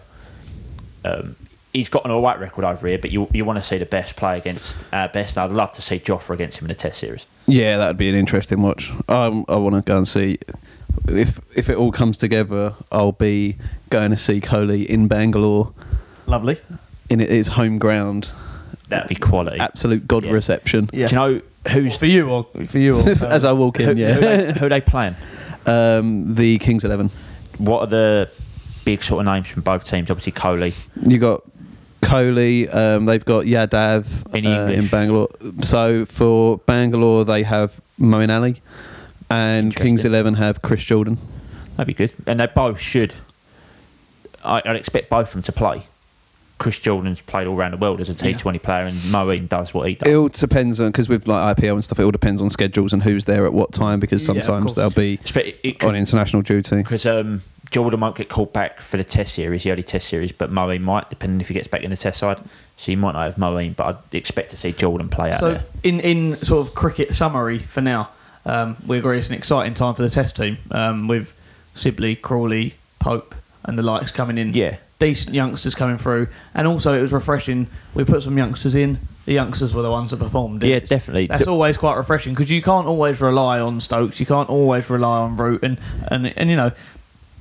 Speaker 2: Um, he's got an all right record over here, but you you want to see the best play against our best. I'd love to see Joffre against him in the Test series.
Speaker 6: Yeah, that'd be an interesting watch. I, I want to go and see if if it all comes together. I'll be going to see Coley in Bangalore
Speaker 7: Lovely.
Speaker 6: in his home ground.
Speaker 2: That'd be quality.
Speaker 6: Absolute god
Speaker 2: Yeah.
Speaker 6: reception.
Speaker 7: Yeah.
Speaker 2: Do you know who's
Speaker 7: For you or for you or
Speaker 6: As I walk
Speaker 2: who,
Speaker 6: in,
Speaker 2: who
Speaker 6: yeah.
Speaker 2: they, who they playing?
Speaker 6: um, the Kings Eleven.
Speaker 2: What are the big sort of names from both teams? Obviously Coley.
Speaker 6: You got Coley. Um, they've got Yadav
Speaker 2: In
Speaker 6: uh, in
Speaker 2: English.
Speaker 6: Bangalore. So for Bangalore, they have Moeen Ali, and Kings
Speaker 2: Interesting.
Speaker 6: Eleven have Chris Jordan.
Speaker 2: That'd be good. And they both should. I, I'd expect both of them to play. Chris Jordan's played all around the world as a T20 player, and Moeen does what he does.
Speaker 6: It all depends on because with like IPL and stuff, it all depends on schedules and who's there at what time. Because
Speaker 7: Yeah, of
Speaker 6: sometimes
Speaker 7: course.
Speaker 6: they'll be
Speaker 2: Expect- it, could-
Speaker 6: on international duty.
Speaker 2: because um, Jordan won't get called back for the Test series, the early Test series, but Moeen might, depending if he gets back in the Test side. So you might not have Moeen, but I'd expect to see Jordan play out
Speaker 7: So,
Speaker 2: there.
Speaker 7: in, in sort of cricket summary for now, um, we agree it's an exciting time for the Test team um, with Sibley, Crawley, Pope, and the likes coming in.
Speaker 2: Yeah.
Speaker 7: Decent youngsters coming through. And also, it was refreshing. We put some youngsters in. The youngsters were the ones that performed.
Speaker 2: Yeah,
Speaker 7: It's-
Speaker 2: definitely.
Speaker 7: That's always quite refreshing because you can't always rely on Stokes. You can't always rely on Root. And, and, and you know,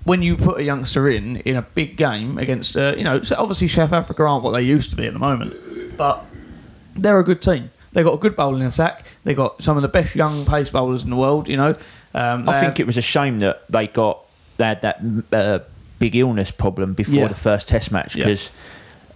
Speaker 7: when you put a youngster in in a big game against, uh, you know, so obviously South Africa aren't what they used to be at the moment, but they're a good team. They've got a good bowling attack. They've got some of the best young pace bowlers in the world, you know. Um,
Speaker 2: I think it was a shame that they got they had that uh, big illness problem before
Speaker 7: Yeah.
Speaker 2: the first Test match because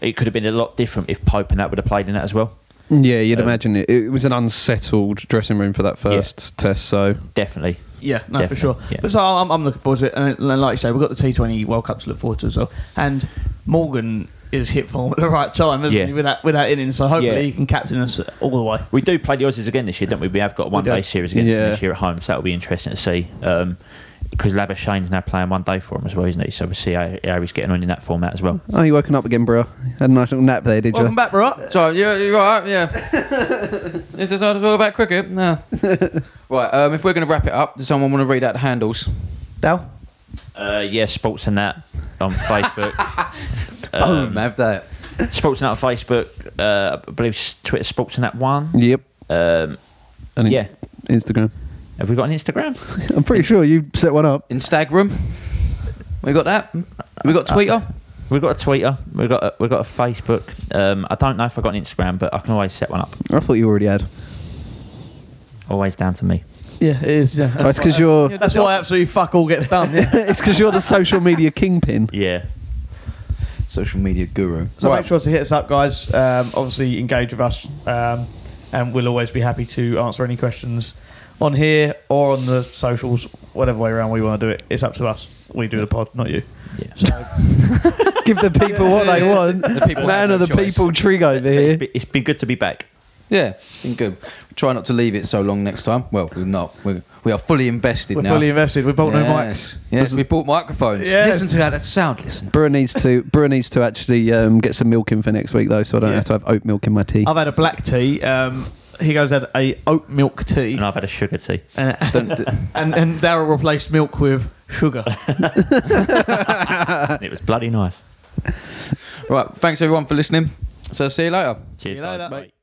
Speaker 2: it could have been a lot different if Pope and that would have played in that as well.
Speaker 6: Yeah, you'd
Speaker 2: Um,
Speaker 6: imagine it. It was an unsettled dressing room for that first test. So
Speaker 2: Definitely.
Speaker 7: Yeah, no, for
Speaker 2: Definitely,
Speaker 7: sure.
Speaker 2: yeah.
Speaker 7: But so I'm, I'm looking forward to it. And then, like you say, we've got the T20 World Cup to look forward to as well. And Morgan is hit form at the right time, hasn't
Speaker 2: Yeah.
Speaker 7: he, with that, with that inning? So hopefully
Speaker 2: Yeah.
Speaker 7: he can captain us all the way.
Speaker 2: We do play the Aussies again this year, don't we? We have got a one
Speaker 7: do.
Speaker 2: day series against
Speaker 6: Yeah.
Speaker 2: them this year at home, so that'll be interesting to see. Um, because Labashane's now playing one day for him as well, isn't he? So we'll see how, how he's getting on in that format as well.
Speaker 6: oh, you woken up again, bro. Had a nice little nap there, did
Speaker 7: Welcome
Speaker 6: you?
Speaker 7: back, bro.
Speaker 5: So you you right? Yeah. Is this how to talk about cricket? No. right. Um, if we're going to wrap it up, does someone want to read out the handles?
Speaker 7: Dal?
Speaker 2: Uh, yeah, Sports and That on Facebook.
Speaker 5: Boom. Um, Have that.
Speaker 2: Sports and That on Facebook. Uh, I believe s- Twitter Sports and That one.
Speaker 6: Yep.
Speaker 2: Um,
Speaker 6: And
Speaker 2: Yeah.
Speaker 6: inst- Instagram.
Speaker 2: have we got an Instagram?
Speaker 6: I'm pretty sure you set one up.
Speaker 5: Instagram. We got that. We got Twitter.
Speaker 2: We've got a Twitter. We've got a, we've got a Facebook. Um, I don't know if I've got an Instagram, but I can always set one up.
Speaker 6: I thought you already had.
Speaker 2: Always down to me.
Speaker 7: Yeah, it is. Yeah.
Speaker 6: Oh, it's because you're.
Speaker 7: That's why absolutely fuck all gets done. Yeah.
Speaker 6: it's because you're the social media kingpin.
Speaker 2: Yeah.
Speaker 5: Social media guru.
Speaker 7: So
Speaker 5: right.
Speaker 7: make sure to hit us up, guys. Um, obviously, engage with us, um, and we'll always be happy to answer any questions on here or on the socials, whatever way around we want to do it. It's up to us. We do the pod, not you.
Speaker 2: Yeah.
Speaker 7: So,
Speaker 6: Give the people what they want.
Speaker 5: people
Speaker 6: Man
Speaker 5: have
Speaker 6: of
Speaker 5: no
Speaker 6: the
Speaker 5: choice.
Speaker 6: people, trig over
Speaker 2: It's
Speaker 6: here.
Speaker 2: been, it's been good to be back.
Speaker 5: Yeah. Been good. Try not to leave it so long next time. Well, we're not. We're, we are fully invested
Speaker 7: we're
Speaker 5: now.
Speaker 7: fully invested. We've bought no mics.
Speaker 5: yes. Yes. We bought microphones.
Speaker 7: Yes.
Speaker 5: Listen to how that sound. Listen.
Speaker 6: Brewer needs to. Brewer needs to actually um, get some milk in for next week though, so I don't
Speaker 7: Yeah.
Speaker 6: have to have oat milk in my tea.
Speaker 7: I've had a black tea. Um, he goes had a oat milk tea,
Speaker 2: And I've had a sugar tea.
Speaker 7: and
Speaker 5: Don't do-
Speaker 7: and, and Daryl replaced milk with sugar.
Speaker 2: And it was bloody nice.
Speaker 5: right. Thanks everyone for listening. So see you later.
Speaker 2: Cheers,
Speaker 7: you later,
Speaker 2: guys.
Speaker 7: mate.